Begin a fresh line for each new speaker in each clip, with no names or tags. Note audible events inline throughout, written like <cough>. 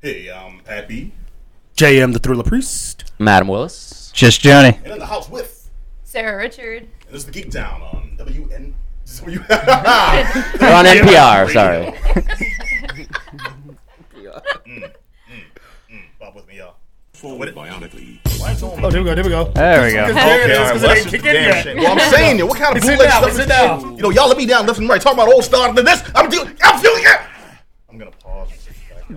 Hey, um, I'm Pappy.
JM the Thriller Priest. <laughs>
Madam Willis.
Just Johnny.
And in the house with,
Sarah Richard.
and this is the Geek Down on WN. W- on
We're on
<laughs>
NPR, sorry.
<laughs> Bob with me, y'all.
Bionically.
Oh, there we go. There we go.
There we go.
There it is,
all right, well,
'cause it ain't
that's
kick
the
in
damn
yet.
shit. Well, I'm saying it. What kind of
Sit
bootleg
down,
stuff
sit
is
down.
You know, y'all let me down left and right talking about old star and this. I'm doing. I'm doing it. I'm gonna pause. and sit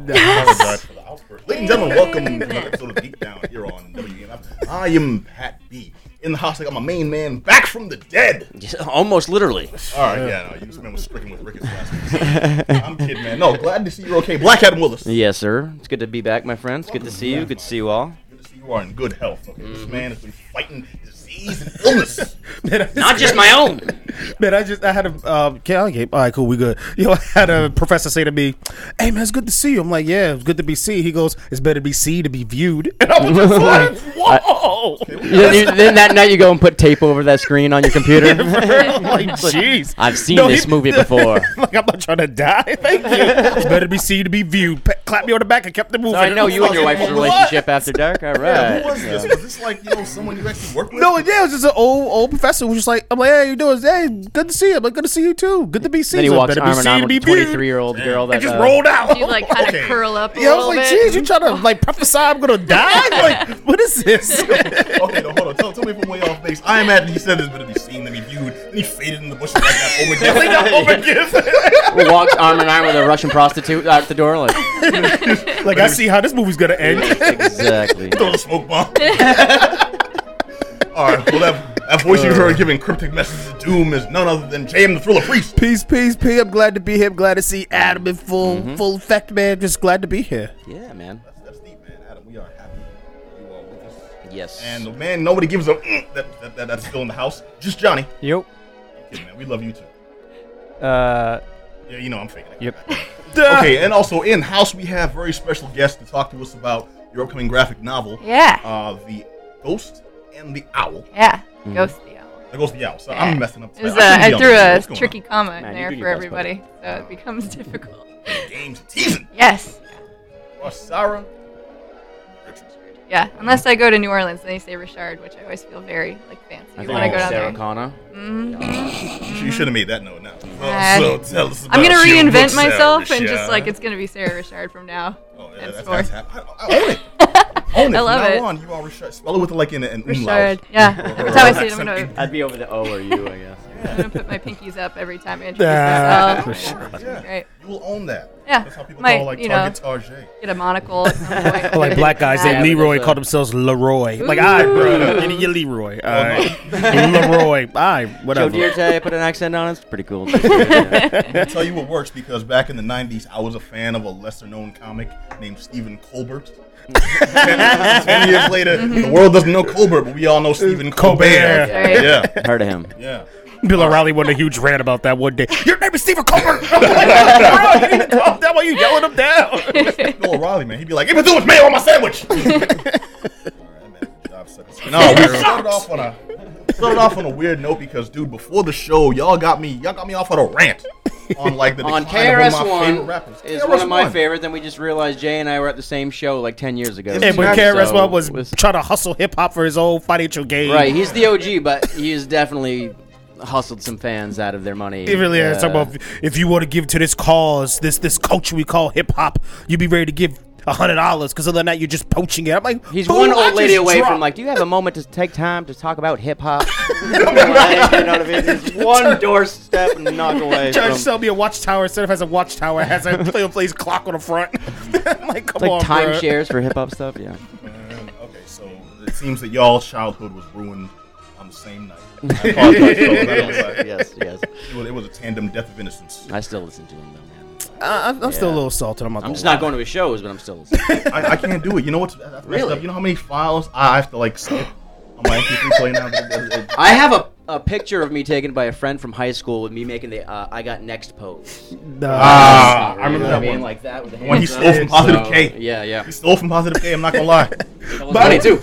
back down. Apologize for the outburst. Ladies and gentlemen, welcome to another episode of Geek Down here on WMF. I am Pat B. In the house, I got my main man back from the dead.
<laughs> Almost literally.
All right, yeah, no, you just man was stricken with rickets last week. <laughs> I'm kidding, man. No, glad to see you're okay. Black Adam Willis.
Yes, sir. It's good to be back, my friends. Good to see you. Good to see you all.
Good to see you are in good health. Okay, this man has been fighting disease and illness.
Not just my own.
Man, I just I had a um, okay, okay, all right, cool, we good. Yo, I had a professor say to me, "Hey, man, it's good to see you." I'm like, "Yeah, it's good to be seen." He goes, "It's better to be seen to be viewed." <laughs> And I was just like,
<laughs>
"Whoa!"
then, you- then that night you go and put tape over that screen on your <laughs> computer.
I'm like, "Jeez."
I've seen
No,
this
he-
<laughs> movie before.
like I'm not trying to die. <laughs> Thank you. It's better to be seen to be viewed. Pa- clap me on the back and kept the moving.
I know you and your
<laughs>
wife's
What?
relationship after dark. All
Who
right.
was this? Was this like you know someone you actually work with?
No, yeah, it was just an old old professor who was just like, I'm like, hey, you doing? Hey, good to see you. I'm like, good to see you too. Good to be seen.
Then he
So
walks
better be
arm in
seen
arm
to
with
be
a
viewed.
23 year old girl that
And just
uh,
rolled
<laughs>
out.
You like kind of
Okay.
curl up a
Oh, Yeah, I was
little
like,
bit.
jeez, you trying to like prophesy I'm gonna die? Like, what is this?
Okay, no, hold on. Tell, tell me if I'm way off base. I imagine he said it's better to be seen than be viewed. Then he faded in the bushes like that over there. <laughs>
walks arm in arm with a Russian prostitute out the door. <laughs> Like
like, I see how this movie's gonna end.
<laughs> exactly.
Throw the smoke bomb. <laughs> All right, well that, that voice you heard giving cryptic messages of doom is none other than J.M. the Thriller Priest.
peace, peace, peace. I'm glad to be here. I'm glad to see Adam in full full effect, man. Just glad to be here.
Yeah, man.
That's deep, man. Adam, we are happy you are with us.
Yes.
And the man nobody gives a mm, that, that, that that's still in the house. Just Johnny.
Yep.
Yeah, man, we love you too.
Uh,
Yeah, you know I'm faking it.
Yep.
<laughs>
<laughs>
okay, and also in house we have very special guests to talk to us about your upcoming graphic novel.
Yeah.
Uh, the Ghost and the Owl.
yeah.
Hmm.
Ghost the owl.
The Ghost and the Owl. So I'm messing up.
It was, uh,
shouldn't
I
be on
threw
this show.
a
What's going
tricky comma in
Man, you
there
do your
for
best,
everybody, so it becomes <laughs> difficult.
on? Games teasing.
Yes.
Or Sarah. Richards.
Yeah. Unless I go to New Orleans, then they say Richard, which I always feel very like fancy
I
when
think
I go
it's
down
Sarah
there. Mm-hmm.
Connor.
You should have made that note now.
Yeah.
so tell us
I'm gonna
about your book,
reinvent
Sarah
myself and just
Richard.
like it's gonna be Sarah Richard from now.
Oh, yeah, that's,
That's four.
that's hap- I, I own
<laughs>
it. Own it.
I love
From now
it.
on, you are Richard. Spell it with like an, an umlaut.
Richard.
<laughs>
Yeah.
Or-
That's how
or
I say it. I'm
accent.
gonna,
I'd be over the O or U, I guess. <laughs>
I'm gonna put my pinkies up every time I
Nah.
introduce myself.
Yeah.
Right.
You will own that.
Yeah.
That's how people
Might,
call like
you know.
Target Target.
Get a monocle at some
<laughs>
point.
Like black guys
Yeah.
named Leroy call themselves Leroy. Like, I, bro, you you Leroy.
Oh,
All
<laughs>
right. Leroy. All right,
Joe
whatever.
Dierte, I put an accent on. it. It's pretty cool.
I'll tell you what works because back in the 90s, I was a fan of a lesser known comic named Stephen Colbert. <laughs> ten, ten years later, the world doesn't know Colbert, but we all know Stephen Colbert.
Colbert.
Right.
Yeah,
Heard of him.
yeah.
Bill O'Reilly won a huge rant about that one day. Your name is Stephen Colbert. <laughs> I'm like, bro, you need to calm down. Why you yelling him down?
Bill O'Reilly, man. He'd be like, "Even though it's mayo on my
<laughs>
sandwich." All right, man, job sucks. no, we started off on a started off on a weird note because, dude, before the show, y'all got me y'all got me off on a rant on like the
<laughs> on
decline of
KRS
one of my favorite
One
rappers.
is one of my
KRS-One.
favorites, and we just realized Jay and I were at the same show like ten years ago.
Yeah, but KRS One
So,
was
with-
trying to hustle hip hop for his own financial gain.
right. He's the OG, but he's definitely hustled some fans out of their money.
It really is.
Uh,
Talking about if you want to give to this cause, this this culture we call hip hop, you'd be ready to give a hundred dollars because other than that, you're just poaching it. I'm like,
He's
"Fool,
one
I
old
just
lady away
dropped."
from like, do you have a moment to take time to talk about
<laughs>
hip hop? Like, you know what I mean? It's one doorstep and knock
Trying
away.
to
From,
sell me a watchtower instead of has a watchtower it has a <laughs> play plays clock on the front. <laughs> I'm like, come
like
on, bruh.
timeshares for hip hop stuff.
<laughs>
Yeah.
Man, Okay, so it seems that y'all's childhood was ruined on the same night. I apologize for all that. It was,
yes. Yes.
like- it was a tandem death of innocence.
I still listen to him though. Man.
I, I'm I'm still a little salty. I'm,
I'm just not going to his shows, but I'm still listening.
I, I can't do it. You know what's that's messed
Really?
up? You know how many files I have to like skip on my MP3 player
<laughs>
now? That it- it-
I have a, a picture of me taken by a friend from high school with me making the uh, I got next pose.
Ah, I
You
remember
know what
that
I mean?
one.
Like that with the
one he
hands
stole
up.
from Positive
So,
K.
Yeah, yeah.
<laughs>
He stole from Positive K. I'm not gonna lie.
That was funny too.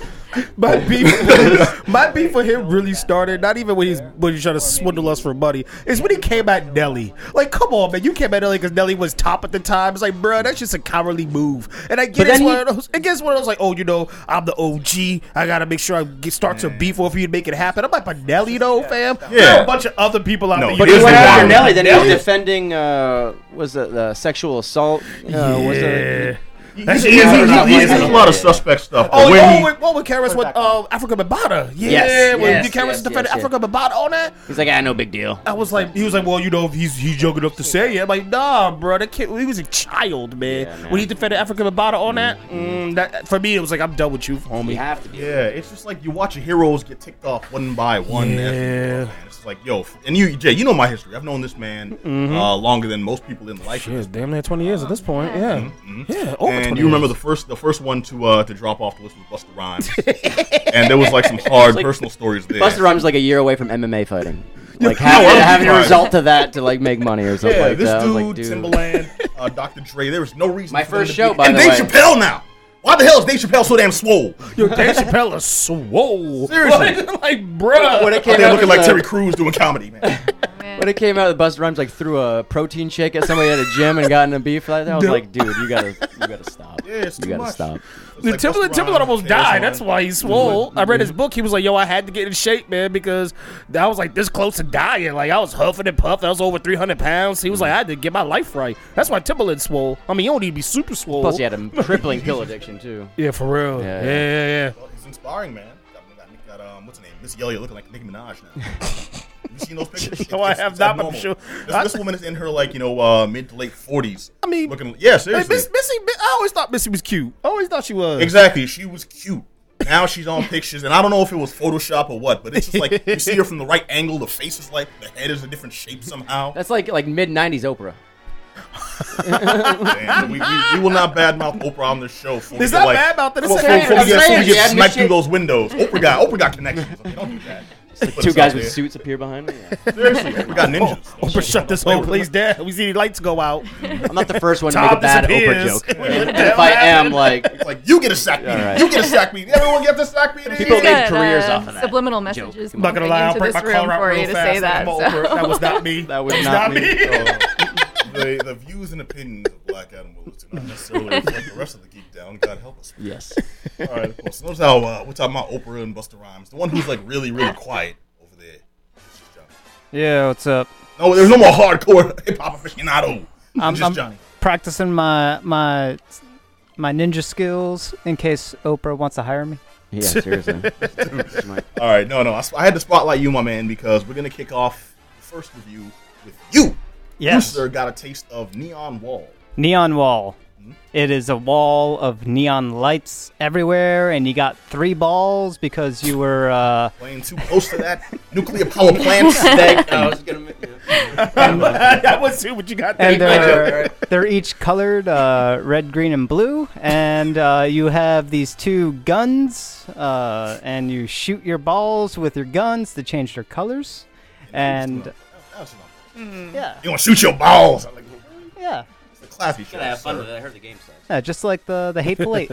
My
Oh.
beef,
<laughs>
my beef with him really started not even when he's when he's trying to swindle us for money. It's when he came at Nelly. Like, come on, man, you came at Nelly because Nelly was top at the time. It's like, bro, that's just a cowardly move. And I get
But
it's
then
one
he-
of those. It gets one of those like, oh, you know, I'm the OG. I gotta make sure I get, start some beef off for you to make it happen. I'm like, but Nelly though, fam. There are
Yeah.
a bunch of other people out
No,
there.
but
He
Here's
went
the
after
wild.
Nelly. Then he was
Nelly?
defending uh, was it the sexual assault? Uh, Was it?
yeah.
He's, he's, he's,
not
he's-
like
he's a
that.
lot of suspect stuff. but
Oh,
when
oh,
he-
with, well, with Karis with uh, Africa Babata. Yeah,
Yes,
when
yes,
yes, Karis
yes,
defended
yes, yes.
Africa Babata on that.
He's like, ah, no big deal.
I was like, he was like, well, you know, he's he's young enough to say it. I'm like, nah, bro, that kid, he was a child, man.
Yeah, man.
When he defended Africa Babata on that, mm, that, for me, it was like, I'm done with you, homie.
You have to be.
Yeah, it's just like you watch your heroes get ticked off one by one.
Yeah.
as you go, man. It's just like, yo, and you, Jay, you know my history. I've known this man
Mm-hmm.
uh, longer than most people in life.
Shit, it's damn near 20 years at this point. Yeah, yeah, over 20
And you remember the first, the first one to uh, to drop off the list was Busta Rhymes, <laughs> and there was like some hard personal stories there.
Buster Rhymes is like a year away from MMA fighting. Like
<laughs> No,
having,
I'm
having a
fine.
result to that to like make money or something
Yeah,
like
this
that. I
dude,
was like, <laughs>
Timbaland, uh, Dr. Dre. There was no reason.
My
for them
first
to
show,
be-
by
and
the
Dave
way.
Chappelle now. Why the hell is Dave Chappelle so damn swole?
Yo, <laughs> Dave Chappelle is swole.
Seriously.
<laughs> like, bruh.
When it came
Out there
out
looking
with
like
the-
Terry Crews doing
<laughs>
comedy, man.
When it came out that Buster Rhymes like threw a protein shake at somebody at a gym and got in a beef like that, I was like, dude, you gotta, you gotta stop.
Yeah, it's
you
too
gotta
much.
stop.
It's
Dude,
like
Timberland,
Busta
Timberland
Rhymes,
almost
Taylor
died.
Swift.
That's why he's swole. I read his book. He was like, "Yo, I had to get in shape, man, because I was like this close to dying. Like I was huffing and puffing. I was over three hundred pounds. He was
Mm.
like, I had to get my life right. That's why Timberland swole. I mean, you don't need to be super swole.
Plus, he had a crippling pill addiction too.
yeah, for real.
Yeah,
Yeah,
yeah.
yeah, yeah.
Well, It's inspiring, man. Got, got, got um, what's her name? Miss Elliott looking like Nicki Minaj now.
<laughs>
you seen those pictures?
No, I
It's-
have
it's
not, but I'm
abnormal.
sure-
This,
I-
this woman is in her like you know uh, mid to late forties.
I mean-
looking yeah,
Hey,
seriously,
Miss, Missy, Mi- I always thought Missy was cute. I always thought she was.
exactly. She was cute. Now she's on pictures, and I don't know if it was Photoshop or what, but it's just like you see her from the right angle. The face is like the head is a different shape somehow.
That's like like mid '90s Oprah.
Man, we, we, we will not badmouth Oprah on this show. For
It's
we
not
like,
bad about that. It's
Before, before,
a-
before we
I'm
get, before we
saying,
get
yeah,
smacked through
Michelle-
those windows, Oprah got Oprah got connections. Okay, don't
<laughs>
do that. Put
Two
us
guys
out
with
there.
suits appear behind me. Yeah.
Seriously, we got ninjas.
Oprah shut this whole place down. We see the lights go out.
I'm not the first one to make a
Tom
bad Oprah
disappears.
joke.
<laughs>
And if I am, like,
It's like you get a sack meeting.
Oh. right.
You get a sack meeting. Everyone gets a sack meeting.
People
He's
made
got,
careers off of that
Subliminal
joke.
messages.
I'm
I'm not gonna
moving
lie, I'll
into
break my
this room
collar out
for
real
you to
fast.
say that.
Come on,
so.
Oprah. That was not
<laughs>
me.
that was
It's
not me. Oh.
the, the views and opinions of Black Adam Willis do not necessarily reflect the rest of the geek down. God help us.
Yes.
All right, well, so notice how uh, we're talking about Oprah and Buster Rhymes. The one who's like really, really quiet over there.
Yeah, what's up?
No, there's no more hardcore hip hop aficionado.
I'm-
just
I'm-
Johnny.
Practicing my my my ninja skills in case Oprah wants to hire me.
Yeah,
<laughs>
seriously.
All right, no, no. I, sp- I had to spotlight you, my man, because we're gonna kick off the first review with you.
Yes.
You, sir, got a taste of Neon Wall.
Neon wall.
Mm-hmm.
It is a wall of neon lights everywhere, and you got three balls because you were. Uh,
Playing too close to that <laughs> nuclear power
<laughs>
plant.
I was gonna make
<laughs> I was see what you got there.
and they're, they're each colored uh, red, green, and blue. And uh, you have these two guns, uh, and you shoot your balls with your guns to change their colors. And yeah,
You gonna shoot your balls? I'm like,
yeah,
it's a classy show. sir.
it. I heard the game sucks.
yeah, just like the the
<laughs>
hateful eight.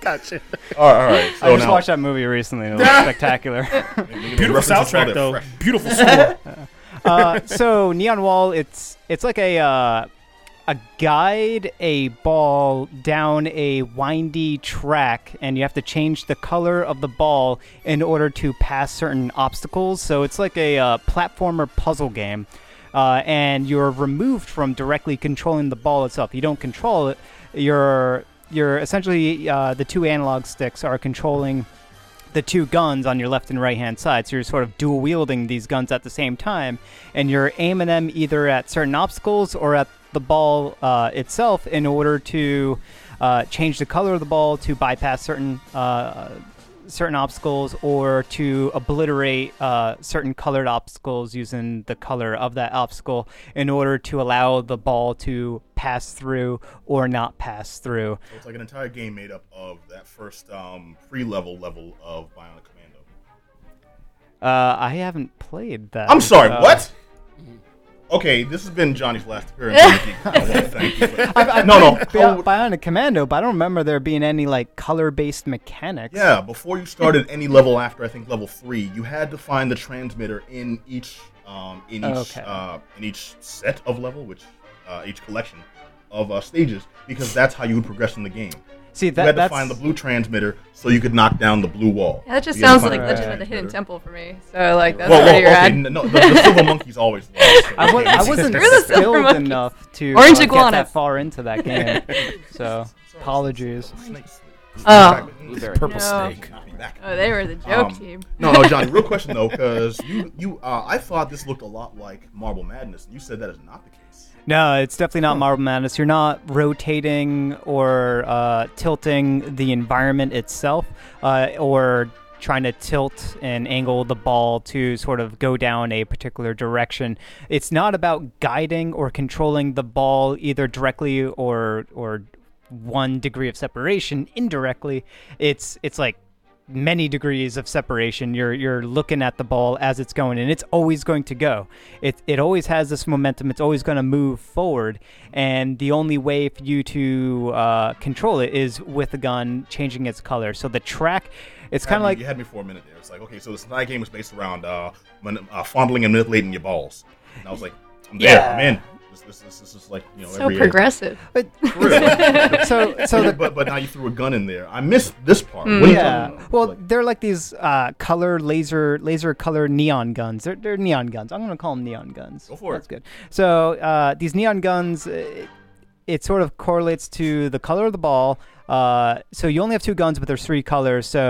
Gotcha.
All right, all right. So
I just
now,
watched that movie recently. <laughs> It was spectacular.
Beautiful soundtrack though.
<laughs>
Beautiful score.
uh, so neon wall it's it's like a uh, a guide a ball down a windy track and you have to change the color of the ball in order to pass certain obstacles so it's like a uh, platformer puzzle game uh, and you're removed from directly controlling the ball itself you don't control it you're you're essentially uh, the two analog sticks are controlling the two guns on your left and right hand side. So you're sort of dual wielding these guns at the same time, and you're aiming them either at certain obstacles or at the ball uh, itself in order to uh, change the color of the ball to bypass certain uh, certain obstacles or to obliterate uh, certain colored obstacles using the color of that obstacle in order to allow the ball to pass through or not pass through.
it's like an entire game made up of that first um, pre-level level of Bionic Commando.
Uh, I haven't played that.
I'm sorry,
Uh,
what? okay, this has been Johnny's last
<laughs>
appearance. on the Geek Down. I want to thank you. for- no, no.
Bi-
how-
Bionic Commando, but I don't remember there being any like color-based mechanics.
yeah, before you started any level after I think level three, you had to find the transmitter in each um, in each
Okay.
uh, in each set of level, which uh, each collection of uh, stages, because that's how you would progress in the game.
See
you
that
had to
that's
find the blue transmitter so you could knock down the blue wall.
Yeah, <laughs> that just
You had to
sounds
find
like
the
Legend of the
transmitter.
Hidden Temple for me. So like that's
Whoa, whoa,
pretty
okay,
rad.
n- no, the, the silver monkey's always
<laughs>
lost. so
I, wa- I
okay.
<laughs> wasn't
Screw the silver
skilled
monkey.
enough to
Orange
uh, get that
iguanas.
far into that
<laughs>
game, so apologies.
Snakes.
Oh.
Blueberry.
Purple
No.
snake.
Knock me back.
oh, they were the joke
Um,
team.
No, no, Johnny.
<laughs>
Real question though, because you, you, uh, I thought this looked a lot like Marble Madness, and you said that is not the case.
No, it's definitely not Marble Madness. You're not rotating or uh, tilting the environment itself, uh, or trying to tilt and angle the ball to sort of go down a particular direction. It's not about guiding or controlling the ball either directly or or one degree of separation indirectly. It's it's like many degrees of separation. You're you're looking at the ball as it's going, and it's always going to go. It it always has this momentum. It's always going to move forward, and the only way for you to uh, control it is with the gun changing its color. So the track, it's
Had
kind of
me-
like
you had me for a minute there. It's like, okay, so this entire game is based around uh, man- uh, fondling and manipulating your balls, and I was like, I'm there,
Yeah.
I'm in. This, this, this, this is like, you know,
So
every
progressive.
but, <laughs>
<laughs>
so so
So
the
but but now you threw a gun in there. I missed this part.
Mm.
What are you talking
Yeah.
about?
Well,
Like,
they're like these uh, color laser laser color neon guns. They're, they're neon guns. I'm gonna call them neon guns.
Go for
That's
it.
good. So uh, these neon guns, uh, it sort of correlates to the color of the ball. Uh, so you only have two guns, but there's three colors. So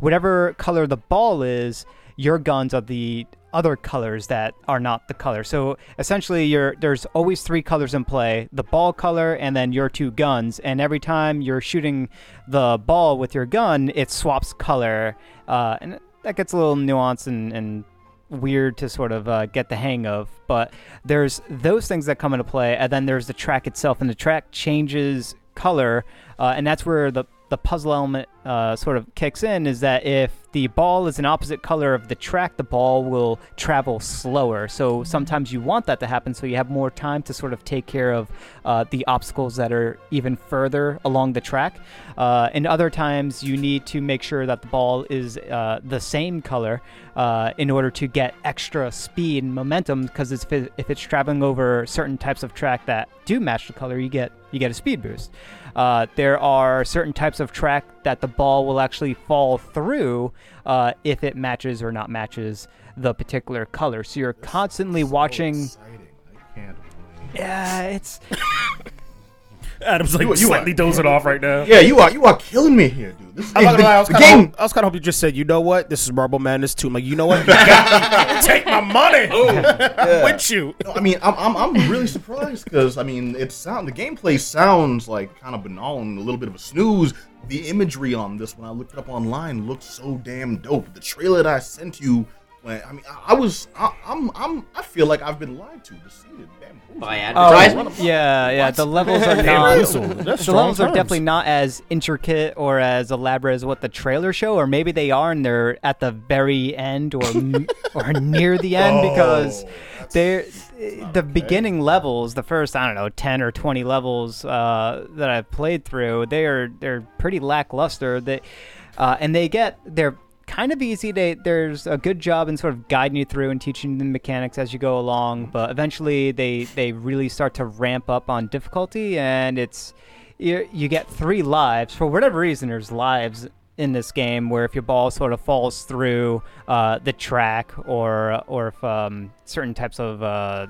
whatever color the ball is, your guns are the other colors that are not the color. So essentially, you're, there's always three colors in play: the ball color, and then your two guns. And every time you're shooting the ball with your gun, it swaps color, uh, and that gets a little nuanced and, and weird to sort of uh, get the hang of. But there's those things that come into play, and then there's the track itself, and the track changes color, uh, and that's where the the puzzle element uh, sort of kicks in is that if the ball is an opposite color of the track, the ball will travel slower. So sometimes you want that to happen so you have more time to sort of take care of uh, the obstacles that are even further along the track. Uh, and other times you need to make sure that the ball is uh, the same color uh, in order to get extra speed and momentum because if, it, if it's traveling over certain types of track that do match the color, you get you get a speed boost. Uh, there are certain types of track that the ball will actually fall through uh, if it matches or not matches the particular color. So you're constantly watching.
so exciting. I can't wait.
Yeah, it's
Adam's like
You- you
slightly
are-
dozing off right now.
Yeah, you are you are killing me here, dude. This is
I'm not
the,
gonna lie, I was
the
kinda
game.
hope- I was kind of hoping you just said, you know what, this is Marble Madness too. I'm like, you know what, You <laughs> got- Oh, take my money. I'm with you.
No, I mean, I'm, I'm, I'm really surprised because I mean, it sound the gameplay sounds like kind of banal and a little bit of a snooze. The imagery on this, when I looked it up online, looked so damn dope. The trailer that I sent you, when I mean, I, I was, I, I'm, I'm, I feel like I've been lied to. Deceived, bamboozled.
By
Oh,
advertisement.
yeah, yeah. The levels
<laughs>
are
Hey,
not.
Russell, that's
the
strong
levels are
terms.
definitely not as intricate or as elaborate as what the trailer show, or maybe they are, and they're at the very end or n- or near the end because they're eh, the beginning levels. The first, I don't know, ten or twenty levels uh, that I've played through, they are they're pretty lackluster. That uh, and they get they're kind of easy. They there's a good job in sort of guiding you through and teaching you the mechanics as you go along, but eventually they they really start to ramp up on difficulty, and it's you, you get three lives for whatever reason. There's lives in this game where if your ball sort of falls through uh, the track, or or if um, certain types of uh,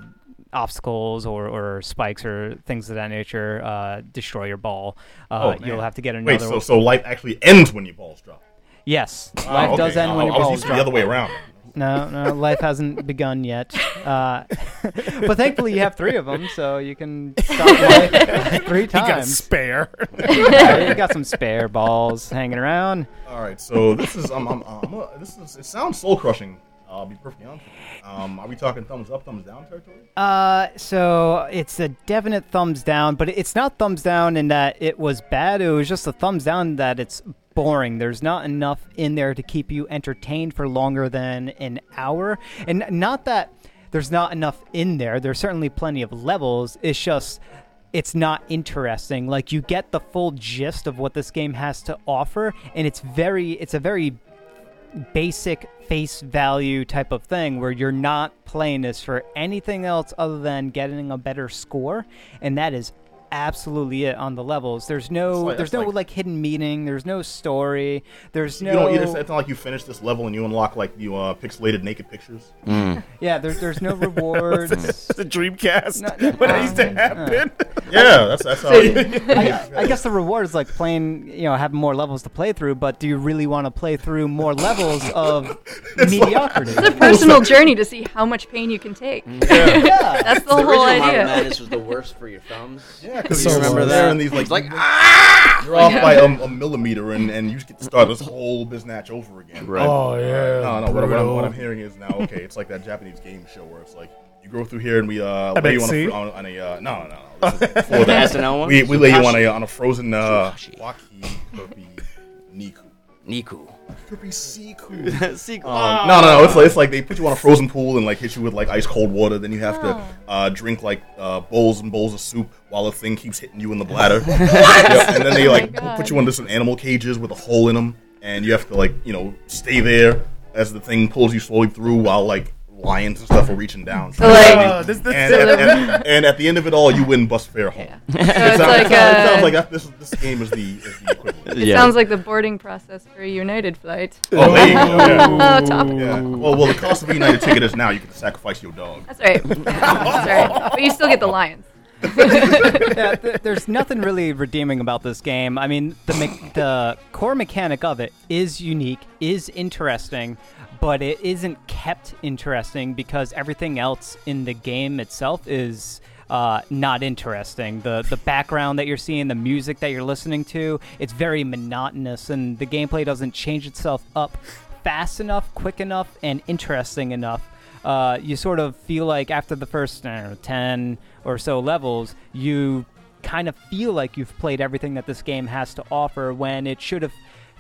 obstacles or, or spikes or things of that nature uh, destroy your ball. Uh,
Oh, man.
you'll have to get another
Wait, so
one.
so life actually ends when your balls drop.
Yes, life
Oh,
does
okay.
end when
I-
your
I was
balls
used to the
drop.
other way around.
No, no, life hasn't begun yet. Uh, <laughs> but thankfully, you have three of them, so you can
<laughs>
stop life three
You got a
times.
spare. <laughs>
Yeah, you got some spare balls hanging around.
All right, so this is um, I'm, I'm, uh, this is it sounds soul crushing. I'll be perfectly honest. With you. Um, are we talking thumbs up, thumbs down territory?
Uh, so it's a definite thumbs down, but it's not thumbs down in that it was bad. It was just a thumbs down that it's boring. There's not enough in there to keep you entertained for longer than an hour, and not that there's not enough in there. There's certainly plenty of levels. It's just it's not interesting. Like you get the full gist of what this game has to offer, and it's very it's a very basic face value type of thing where you're not playing this for anything else other than getting a better score and that is absolutely it on the levels there's no
It's like-
there's
it's
no
like-
like, hidden meaning there's no story there's
You
no
don't, it's, it's not like you finish this level and you unlock like you uh, pixelated naked pictures.
yeah there,
<laughs>
there's no rewards
the Dreamcast.
No, no,
when that used to happen.
<laughs> Yeah, that's that's how.
I, I guess the reward is like playing, you know, having more levels to play through. But do you really want to play through more levels
<laughs>
of mediocrity?
It's a personal journey to see how much pain you can take. <laughs>
yeah.
That's the,
The
whole
original Marble
idea.
Madness was the worst for your thumbs.
Yeah, because
So
you remember
was.
that?
They're
And these like,
It's like,
"Ah!"
you're <laughs>
"Ah!"
off by a, a millimeter, and, and you get to start this whole biznatch over again.
Right.
Oh yeah.
No, no. What, I'm- what I'm, what I'm hearing is now okay. It's like that Japanese game show where it's like you go through here and we uh lay you on
MXC?
a, fr- on, on a uh, no no no. <laughs> This is before that.
SNL one?
We, we lay you on a on a frozen uh,
Tsukashi.
waki kopi niku. <laughs>
Oh.
Niku.
<laughs>
Kopi siku.
Sequel.
Oh.
Um, no, no, no. It's like, it's like they put you on a frozen pool and like hit you with like ice cold water. Then you have
Oh.
to uh, drink like uh, bowls and bowls of soup while the thing keeps hitting you in the bladder. Yep, And then they
Oh my
like
God.
put you into some animal cages with a hole in them, and you have to like you know stay there as the thing pulls you slowly through while like lions and stuff are reaching down.
So like,
Uh, this, this,
and, at, and- and at the end of it all, you win bus fare home.
yeah.
It
So it's
sounds-
like
it sounds- it sounds
uh,
like that, this, this game is the, is the
<laughs>
equivalent.
it sounds like the boarding process for a United flight.
Oh, there you go. Yeah.
Oh, topical.
Yeah. Well, well, the cost of a United ticket is now you can sacrifice your dog.
That's right. <laughs> That's right. But you still get the lions.
<laughs> yeah, th- there's nothing really redeeming about this game. I mean, the me- the core mechanic of it is unique, is interesting, but it isn't kept interesting because everything else in the game itself is uh, not interesting. The the background that you're seeing, the music that you're listening to, it's very monotonous, and the gameplay doesn't change itself up fast enough, quick enough, and interesting enough uh, you sort of feel like after the first I don't know, 10 or so levels, you kind of feel like you've played everything that this game has to offer when it should have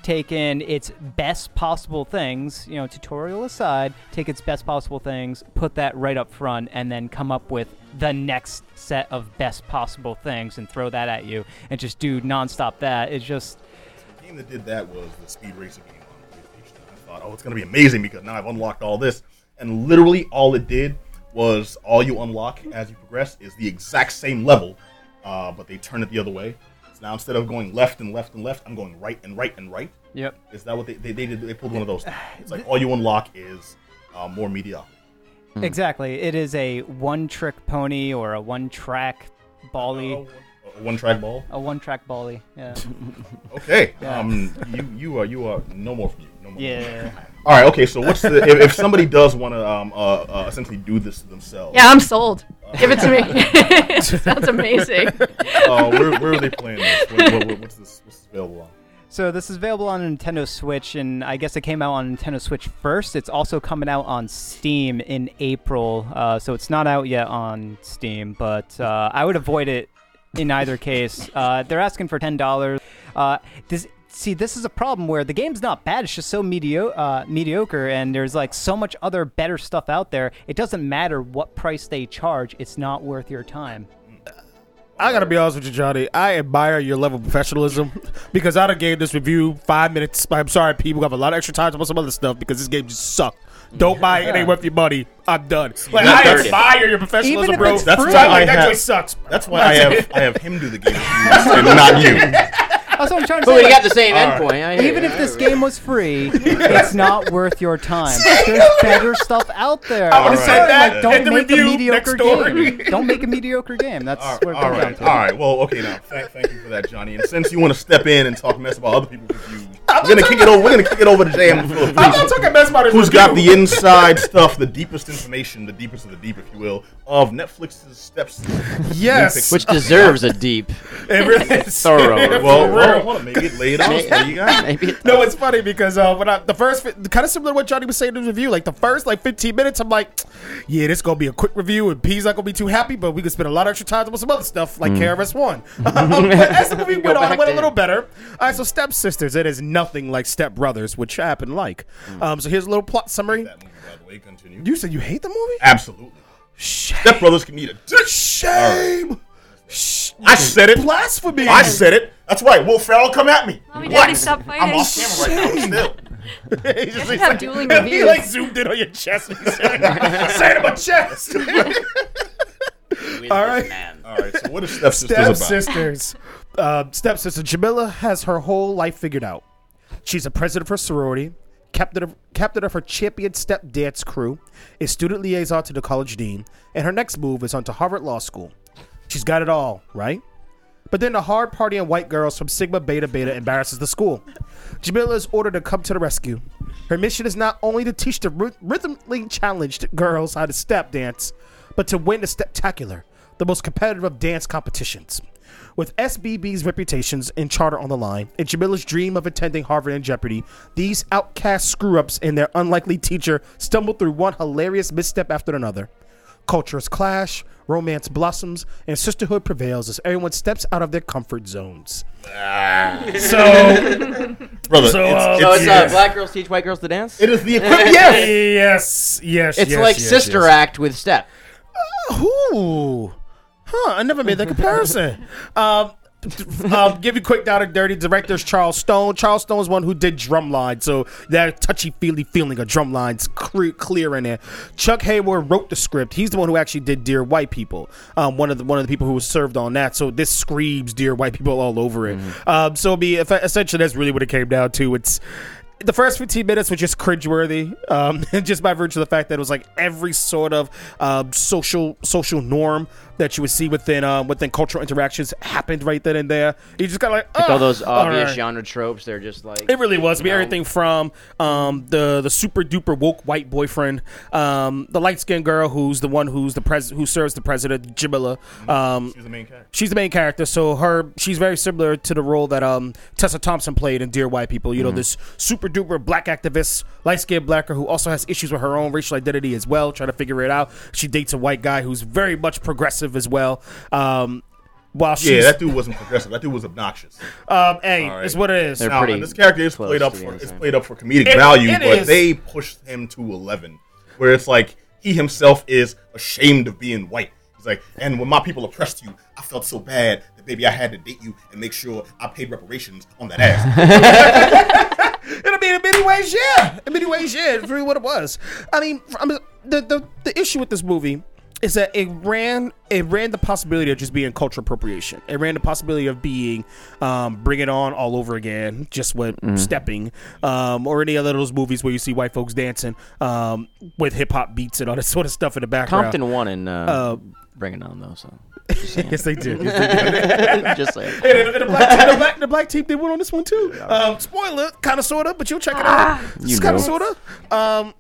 taken its best possible things, you know, tutorial aside, take its best possible things, put that right up front, and then come up with the next set of best possible things and throw that at you and just do nonstop that. It's just.
The game that did that was the Speed Racer game on PlayStation. I thought, oh, it's going to be amazing because now I've unlocked all this. And literally, all it did was all you unlock as you progress is the exact same level, uh, but they turn it the other way. So now instead of going left and left and left, I'm going right and right and right.
Yep.
Is that what they, they, they did? They pulled one of those. Things. It's like all you unlock is uh, more mediocrity.
Exactly. It is a one trick pony or a one track bally.
Oh, Uh, One track ball.
A one track volley. Yeah.
Okay. Um, you you are you are no more from you. No more.
Yeah.
All right. Okay. So what's the if, if somebody does want to um uh, uh essentially do this to themselves?
Yeah, I'm sold. Give it to me. <laughs> Sounds amazing.
Oh, where, where are they playing this? What, what, what- what's this? What's this available on?
so this is available on Nintendo Switch, and I guess it came out on Nintendo Switch first. It's also coming out on Steam in April, uh, so it's not out yet on Steam. But uh, I would avoid it in either case. Uh, they're asking for ten dollars. Uh, this. See, this is a problem where the game's not bad. It's just so medio- uh, mediocre, and there's like so much other better stuff out there. It doesn't matter what price they charge; it's not worth your time.
I gotta be honest with you, Johnny. I admire your level of professionalism <laughs> because I'd have gave this review five minutes. I'm sorry, people have a lot of extra time about some other stuff because this game just sucked. Don't buy it. It ain't worth your money. I'm done. Like
Not
I
dirty.
admire your professionalism,
Even if
bro.
it's
That's
I'm
free.
like,
why I
that
have-
joint sucks.
That's why I have I have him do the game and not you.
That's what I'm trying to
But
say.
we got the same endpoint. I hear
Even
you.
if this game
<laughs>
was free, it's not worth your time. There's better stuff out there.
I would've
All
said
right.
that
Like, don't
at the
Don't make a
review
mediocre
next door.
game.
<laughs>
Don't make a mediocre game. That's
All
where it
right. All
comes down
right.
to.
All right. Well. Okay. Now, thank, thank you for that, Johnny. And since you want to step in and talk mess about other people's reviews, we're gonna kick it over. We're gonna kick it over to JM. Philip
I'm
Priest,
not talking best about it.
Who's got the inside stuff, the deepest information, the deepest of the deep, if you will, of Netflix's steps?
yes?
Which deserves a deep.
it really is.
Thorough.
<laughs> For
Well, well,
real.
hold on, maybe it laid out for you guys.
Maybe it-
No, it's funny because uh, when I, the first, kind of similar to what Johnny was saying in his review, like the first like 15 minutes, I'm like, yeah, this gonna be a quick review, and P's not gonna be too happy, but we could spend a lot of extra time on some other stuff like KRS One. <laughs> As the movie went on,
back
it went a
to-
little better. All right, so Step Sisters, it is nothing like Step Brothers, which happened like. Um, so here's a little plot summary.
That movie, by the way, continue.
You said you hate the movie?
Absolutely.
Shame.
Step Brothers can eat a dick.
Shame. Sh-
I said it.
Blasphemy.
I
<laughs>
said it. That's right. Will Ferrell, come at me.
Mommy,
What?
daddy, stop fighting.
I'm off camera right now. Still.
<laughs> He just-
should have dueling
he
reviews.
like zoomed in on your chest. and he said, Say it in my chest. <laughs> All right.
All right. So what is Step Sisters
Step
about?
sisters. Um, stepsister Jamila has her whole life figured out. She's a president of her sorority, captain of, captain of her champion step dance crew, a student liaison to the college dean, and her next move is onto Harvard Law School. She's got it all, right? But then the hard party and white girls from Sigma Beta Beta embarrasses the school. Jamila is ordered to come to the rescue. Her mission is not only to teach the ryth- rhythmically challenged girls how to step dance, but to win the Steptacular, the most competitive of dance competitions. With SBB's reputations and charter on the line, and Jamila's dream of attending Harvard in jeopardy, these outcast screw ups and their unlikely teacher stumble through one hilarious misstep after another. Cultures clash, romance blossoms, and sisterhood prevails as everyone steps out of their comfort zones.
<laughs>
So,
Ah. Brother,
So,
it's,
uh,
it's,
So it's
Yeah.
uh, black girls teach white girls to dance.
it is the
<laughs>
equivalent. yes.
yes, yes,
It's
yes,
like
yes,
Sister
yes.
Act with Step.
Ooh. Huh, I never made that comparison. um, um, give you quick down and dirty. Director's Charles Stone. Charles Stone is one who did Drumline, so that touchy feely feeling of Drumline's clear, clear in there. Chuck Hayward wrote the script. He's the one who actually did Dear White People. Um, one of the one of the people who was served on that. So this screams Dear White People all over it. Um, so it'd be eff- essentially that's really what it came down to. It's the first 15 minutes were just cringeworthy, um, <laughs> just by virtue of the fact that it was like every sort of um, social social norm that you would see within um, within cultural interactions happened right then and there. You just kind of like, oh,
All those obvious
alright."
genre tropes, they're just like
It really was. I mean,
you know,
everything from um, the the super duper woke white boyfriend, um, the light skinned girl who's the one who's the pres who serves the president, Jamila. Um,
She's the main character.
she's the main character, so her she's very similar to the role that um, Tessa Thompson played in Dear White People. You
Mm-hmm.
know, this super duper black activist, light skinned blacker who also has issues with her own racial identity as well, trying to figure it out. She dates a white guy who's very much progressive as well. Um, while she's
Yeah, that dude wasn't progressive. That dude was obnoxious.
um, hey,
All right.
it's what it is.
They're
Now,
pretty
and this character is
close
played up
to
for
the
it's
inside.
played up for comedic
It-
value,
it
but
is.
they pushed him to eleven, where it's like he himself is ashamed of being white. He's like, and when my people oppressed you, I felt so bad that baby, I had to date you and make sure I paid reparations on that
<laughs>
ass.
It'll be in many ways, yeah. In many ways, yeah. It's really what it was. I mean, I'm, the, the the issue with this movie is that it ran it ran the possibility of just being cultural appropriation. It ran the possibility of being um, Bring It On all over again, just with stepping um, or any other of those movies where you see white folks dancing um, with hip hop beats and all that <laughs> sort of stuff in the background. <laughs>
Compton won in uh, bringing on though. So <laughs>
Yes, they did.
just like
And the, the black team, the, black, the black team did win on this one too. Um, spoiler, kind of sorta, but you'll check it out. It's kind of
know.
sorta. Um,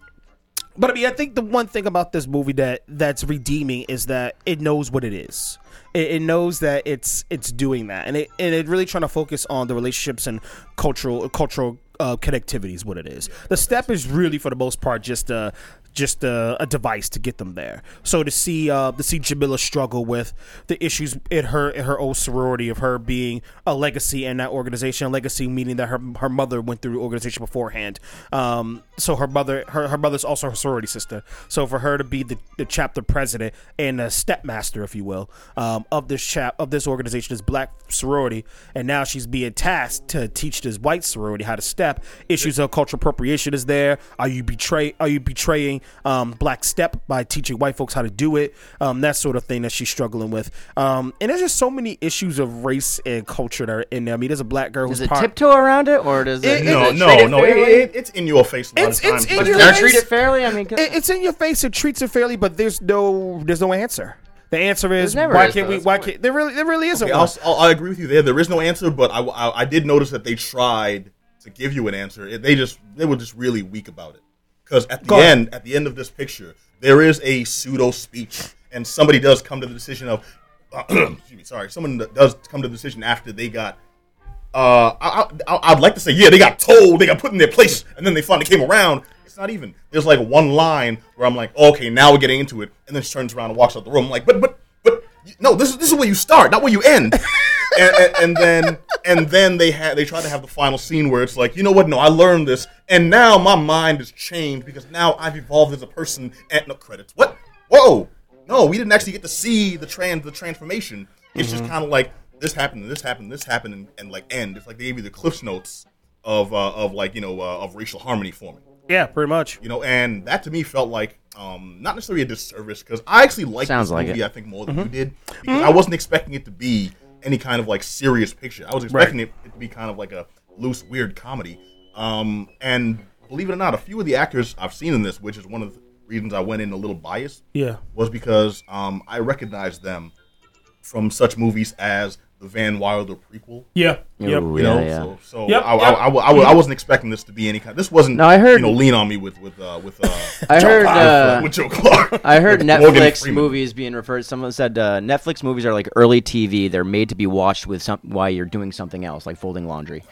but I mean, I think the one thing about this movie that that's redeeming is that it knows what it is. It, it knows that it's it's doing that, and it and it really trying to focus on the relationships and cultural cultural uh, connectivity is what it is. The step is really for the most part just a just a, a device to get them there. So to see uh, to see Jamila struggle with the issues in her in her old sorority of her being a legacy in that organization, a legacy meaning that her her mother went through the organization beforehand. Um, so her mother her, her mother's also her sorority sister. So for her to be the, the chapter president and a stepmaster, if you will, um, of this chap of this organization, this black sorority, and now she's being tasked to teach this white sorority how to step. Issues of cultural appropriation is there. Are you betray are you betraying um, black step by teaching white folks how to do it? Um, that sort of thing that she's struggling with. Um, and there's just so many issues of race and culture that are in there. I mean, there's a black girl
does
who's
it
part-
tiptoe around it or does it?
It-
no,
does it treat
no,
it
no. It,
fairly?
it- it's in your face a lot
It's-
of times.
it's in
but
But
your
does
face.
it treat it fairly? I mean, c-
It- it's in your face. It treats it fairly, but there's no there's no answer. The answer is
never
why
is,
can't
though.
we?
That's
Why
the
can't there really there really isn't
Okay,
one.
I'll, I'll, I agree with you there. There is no answer, but I, I, I did notice that they tried to give you an answer. It- They just they were just really weak about it. Because at the
Go ahead.
end, at the end of this picture, there is a pseudo speech, and somebody does come to the decision of, <clears throat> excuse me, sorry, someone that does come to the decision after they got. Uh, I, I, I- I'd like to say yeah, they got told, they got put in their place, and then they finally came around. It's not even. There's like one line where I'm like, okay, now we're getting into it, and then she turns around and walks out the room. I'm like, but but but no, this is this is where you start, not where you end. and, and, and then and then they had they try to have the final scene where it's like, you know what? No, I learned this, and now my mind is changed because now I've evolved as a person. At no credits. What? Whoa! No, we didn't actually get to see the trans the transformation. It's
Mm-hmm.
just kind of like this happened, and this happened, this happened, and, and like end. It's like they gave you the cliffs notes of uh, of like you know uh, of racial harmony forming.
yeah, pretty much.
You know, and that to me felt like um, not necessarily a disservice because I actually liked
Sounds
this
like
movie.
it. Mm-hmm.
I think more than you did because I wasn't expecting it to be any kind of like serious picture. I was expecting it, it to be kind of like a loose, weird comedy. Um, and believe it or not, a few of the actors I've seen in this, which is one of the reasons I went in a little biased,
Yeah.
was because um, I recognized them from such movies as the Van Wilder prequel.
Yeah.
Ooh,
You know,
yeah, yeah.
so, so
Yep,
I,
yep.
I, I, wa- I, wa- I wasn't expecting this to be any kind. This wasn't.
No, I heard-
you know, lean on me with with uh, with uh,
<laughs> I heard. Uh,
with Joe Clark.
I
<laughs>
heard
With Morgan
Netflix
Freeman.
movies being referred. Someone said uh, Netflix movies are like early TV. They're made to be watched with some while you're doing something else, like folding laundry.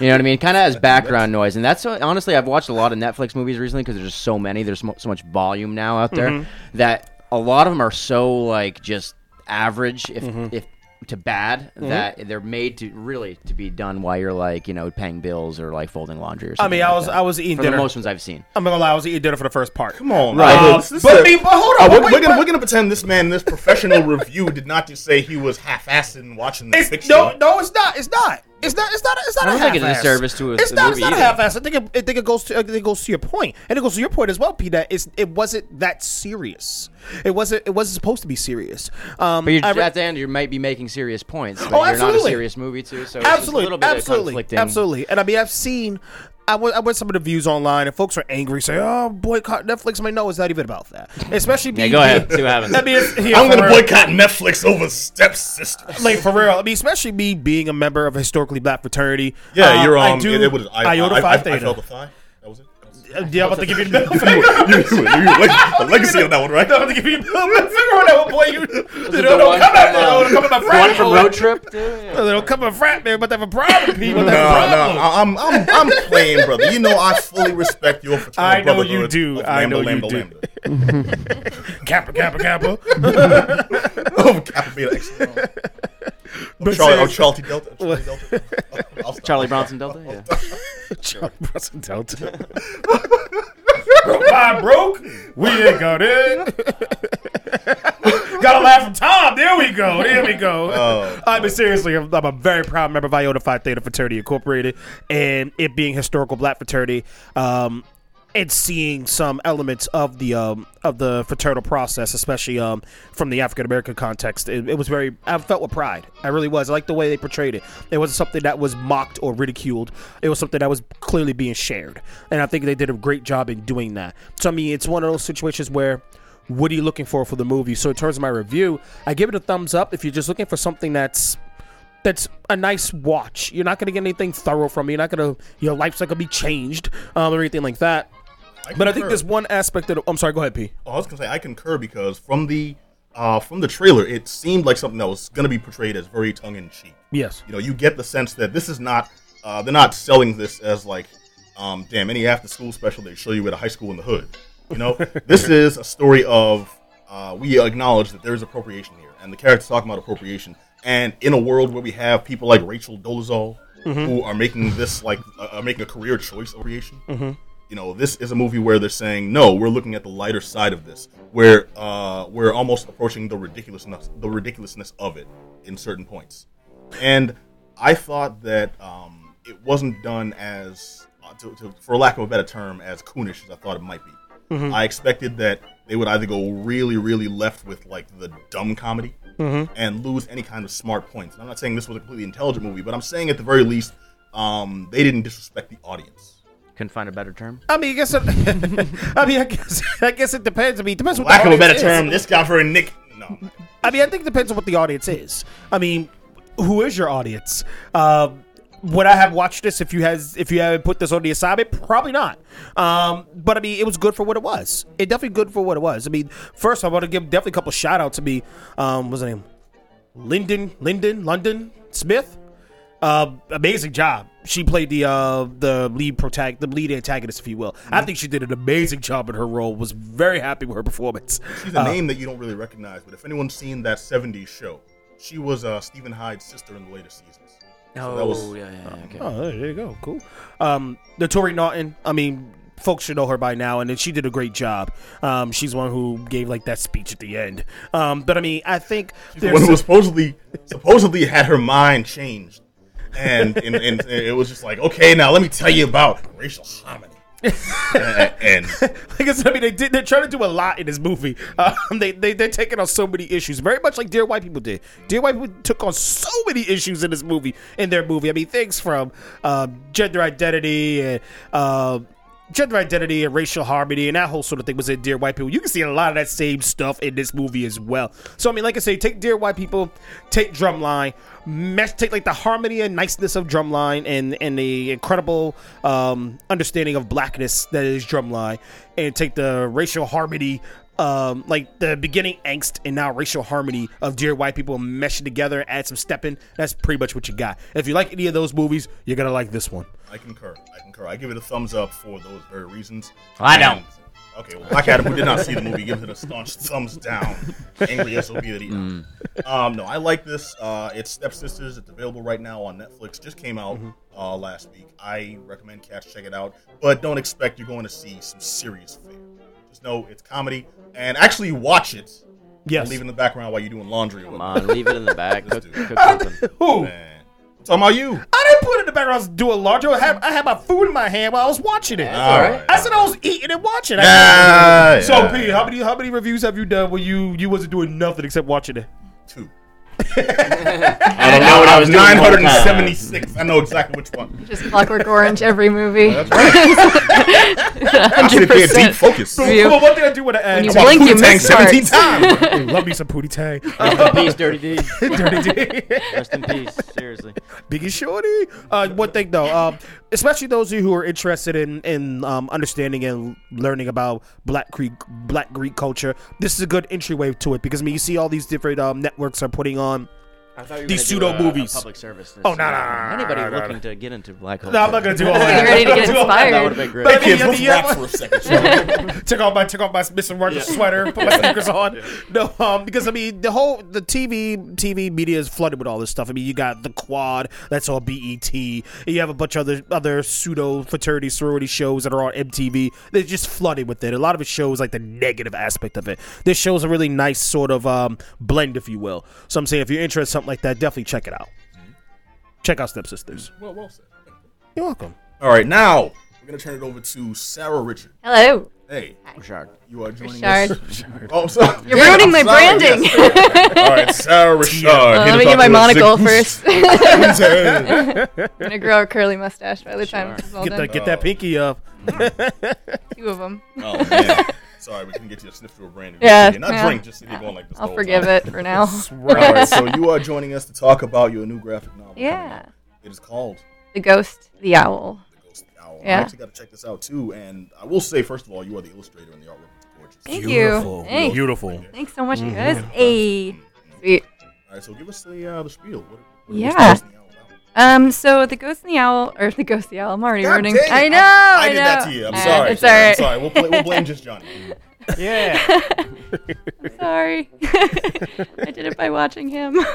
You know what I mean? Kind
<laughs>
of as background noise. And that's what, honestly, I've watched a lot of Netflix movies recently because there's just so many. There's mo- so much volume now out there
Mm-hmm.
that a lot of them are so like just average, if
Mm-hmm.
if to bad, that they're made to really to be done while you're like you know paying bills or like folding laundry or
I
something.
mean, I
like
was
that.
I was eating
for
dinner.
the most ones I've seen.
I'm not gonna lie, I was eating dinner for the first part.
Come on,
Right.
man.
Uh,
This- this
but
is-
me- but hold on,
Uh,
but
we're,
wait,
we're gonna
but-
we're gonna pretend this man, this professional review, did not just say he was half-assing watching this
It's,
picture.
no, no, it's not. It's not. It's not. It's not. It's not.
I don't
a
think it's a
half-ass.
disservice to a-
It's
a
not.
movie
it's not a
either.
half-ass. I think it, I think it goes to. I think it goes to your point, and it goes to your point as well, P. That it's, it wasn't that serious. It wasn't. It wasn't supposed to be serious. Um,
But you're,
I re-
at the end, you might be making serious points. But
Oh,
you're not
absolutely.
a serious movie, too. So it's just a
absolutely,
little bit of
absolutely,
conflicting.
absolutely. And I mean, I've seen. I went, I went some of the views online, and folks are angry, say, "Oh, boycott Netflix." I'm like, no, it's not even about that. Especially,
Yeah,
being-
go ahead. See what happens.
I mean, it's, yeah,
I'm
for
gonna
real. Uh,
boycott Netflix over stepsisters.
Like for real, I mean, especially me being a member of a historically black fraternity. Uh,
yeah, you're
I
um,
do,
It, it was, I,
iota
I, I,
phi
I,
theta.
I felt the thigh. That was it. That was it.
Uh, <laughs> yeah, I'm about to give you the middle <laughs> finger.
You, you, you, you, the legacy on that one, right?
<laughs> I'm about to give you the middle finger on that one, boy. You, you
the
don't, don't
one
come out
from,
there.
uh,
Don't come in my
The one
frat.
from
hole.
Road Trip?
Don't come in my frat, man. About to have a problem, people.
No,
That's
no,
a problem.
I- I'm, I'm, I'm playing, brother. You know I fully respect your fraternal
I know
brotherhood
you do.
of
I
Lambda,
know you
Lambda,
do.
Lambda. <laughs>
Kappa, kappa, kappa. <laughs>
of Kappa Beta Epsilon. Of Charlie, of Charlie Delta. of Charlie Delta.
<laughs>
I'll stop.
Charlie Bronson Delta? Yeah.
Charlie Bronson Delta. I broke. We ain't got it. <laughs> Got a laugh from Tom. There we go. There we go. <laughs> I mean, seriously, I'm, I'm a very proud member of Iota Phi Theta Fraternity Incorporated, and it being historical black fraternity, um, and seeing some elements of the um, of the fraternal process, especially um, from the African American context, it, it was very. I felt with pride. I really was. I liked the way they portrayed it. It wasn't something that was mocked or ridiculed. It was something that was clearly being shared, and I think they did a great job in doing that. So I mean, it's one of those situations where what are you looking for for the movie? So in terms of my review, I give it a thumbs up if you're just looking for something that's that's a nice watch. You're not gonna get anything thorough from it. You're not gonna your life's not gonna be changed um, or anything like that. But I think
concur.
there's one aspect that I'm sorry. Go ahead, P.
Oh, I was gonna say I concur because from the uh, from the trailer, it seemed like something that was gonna be portrayed as very tongue in cheek.
Yes.
You know, you get the sense that this is not uh, they're not selling this as like, um, damn, any after school special they show you at a high school in the hood. You know, this is a story of uh, we acknowledge that there is appropriation here, and the characters talking about appropriation. And in a world where we have people like Rachel Dolezal who are making this like uh, are making a career choice appropriation, you know, this is a movie where they're saying no, we're looking at the lighter side of this, where uh, we're almost approaching the ridiculousness, the ridiculousness of it in certain points. And I thought that um, it wasn't done as, uh, to, to, for lack of a better term, as coonish as I thought it might be. I expected that they would either go really, really left with like the dumb comedy and lose any kind of smart points. And I'm not saying this was a completely intelligent movie, but I'm saying at the very least, um, they didn't disrespect the audience.
Couldn't find a better term.
I mean, I guess. It, <laughs> I mean, I guess. I guess it depends. I mean, it depends. What
Lack
the
of a better
audience is.
term, this guy for a nick. No,
I mean, I think it depends on what the audience is. I mean, who is your audience? Um, would I have watched this if you has if you haven't put this on the assignment? Probably not. Um, but I mean, it was good for what it was. It definitely good for what it was. I mean, first I want to give definitely a couple shout outs to me. Um, what's his name? Lyndon, Lyndon, London Smith. Uh, amazing job. She played the uh, the lead protag- the lead antagonist, if you will. I think she did an amazing job in her role. Was very happy with her performance.
she's a name that you don't really uh, recognize, but if anyone's seen that '70s show, she was uh, Stephen Hyde's sister in the later seasons. So that was
yeah, yeah, yeah, okay.
Oh, there you go. Cool. Um, the Tori Naughton. I mean, folks should know her by now, and then she did a great job. Um, she's one who gave like that speech at the end. Um, but I mean, I think
the
there's
one who was supposedly supposedly had her mind changed, and and, and it was just like, okay, now let me tell you about racial harmony. and, and
<laughs> I guess I mean they did. They're trying to do a lot in this movie. Um, they they they're taking on so many issues, very much like Dear White People did. Dear White People took on so many issues in this movie, in their movie. I mean, things from um, gender identity and. Uh, Gender identity and racial harmony and that whole sort of thing was in Dear White People. You can see a lot of that same stuff in this movie as well. So I mean, like I say, take Dear White People, take Drumline, mesh, take like the harmony and niceness of Drumline and and the incredible um, understanding of blackness that is Drumline, and take the racial harmony, um, like the beginning angst and now racial harmony of Dear White People, and mesh it together, add some stepping. That's pretty much what you got. If you like any of those movies, you're gonna like this one.
I concur. I concur. I give it a thumbs up for those very reasons.
I don't.
Okay, well, Black Adam, who did not see the movie, gives it a staunch thumbs down. Angry SOB that he
Mm.
Um, no, I like this. Uh, it's Stepsisters. It's available right now on Netflix. Just came out
Mm-hmm.
uh, last week. I recommend cats check it out, but don't expect you're going to see some serious fare. Just know it's comedy, and actually watch it.
Yes.
Leave it in the background while you're doing laundry. or
Come
whatever.
on, leave it in the back.
Let's
cook,
do it.
cook something.
Who?
Man. I'm talking about you.
I didn't put it in the background to do a larger. I had, I had my food in my hand while I was watching it.
All right.
I said I was eating and watching. I-
Yeah,
so,
yeah.
P, how many how many reviews have you done where you you wasn't doing nothing except watching it?
Two.
I don't know what I was doing. the whole time.
976. I know exactly which one.
Just Clockwork Orange every movie. <laughs>
I'm sitting here deep
100%.
focus.
Review.
Well, one thing I do want to add.
you
Come on,
blink,
Pootie
you
Tang
miss
17
<laughs> parts.
times.
Ooh, love me some Pootie Tang.
<laughs> Rest in peace, Dirty D.
Dirty D.
Rest in peace. Seriously.
Biggie Shorty. Uh, one thing though, um, especially those of you who are interested in in um, understanding and learning about Black Greek Black Greek culture, this is a good entryway to it because I mean you see all these different um, networks are putting on.
I thought you were
These
gonna
pseudo
do a- a
movies.
public service.
Oh, nah, nah, nah,
Anybody
nah, nah,
looking to get into black hole?
No, I'm not gonna <laughs> do all
Getting
that.
ready to get
That would have been
inspired.
great.
But-
Kids,
Yeah,
let's
yeah.
rap for a second. shall we?
took off my took off my Miss Rogers sweater, <laughs> put my sneakers on. No, um, because I mean the whole the TV TV media is flooded with all this stuff. I mean you got the Quad, that's all BET. and You have a bunch of other other pseudo fraternity sorority shows that are on MTV. They're just flooded with it. A lot of it shows like the negative aspect of it. This shows a really nice sort of um, blend, if you will. So I'm saying if you're interested in something like that, definitely check it out. Check out Step Sisters.
Well, well said.
You're welcome.
All right, now we're gonna turn it over to Sarah Richard.
Hello.
Hey,
Richard.
you are joining
Richard.
us. Oh, I'm sorry.
You're ruining my branding.
All right, Sarah Richard.
Uh,
Here
<laughs> let
to
me
talk
get my
to us.
monocle
Zig- <laughs>
first. I'm <laughs> gonna grow a curly mustache by the time
Sure.
this is all
Get
done.
that get that pinky up.
Two of them.
oh man, sorry, we couldn't get you to sniff through a brand. new
Yeah,
thing. not
yeah.
drink. Just sitting there going like this.
I'll forgive it for now.
All right,
<laughs>
so you are joining us to talk about your new graphic novel. coming
Yeah.
out. It is called
The ghost, the owl.
The Ghost Owl. I
Yeah.
actually got to check this out too. And I will say, first of all, you are the illustrator and the artwork. is Gorgeous.
Thank
Beautiful.
you. Thanks.
Beautiful.
Thanks so much, you guys. Hey, sweet.
All right, so give us the uh, the spiel. What, what
Yeah.
Was the owl about?
Um, so the ghost and the owl, or the ghost and the owl. I'm already
God
ruining.
dang it.
I know.
I,
I
did
know.
that to you. I'm
Uh,
sorry.
It's all
Sarah.
right.
I'm sorry. We'll, pl- we'll blame just
<laughs>
Johnny.
<laughs>
Oh,
Yeah.
sorry. I did it by watching him. <laughs>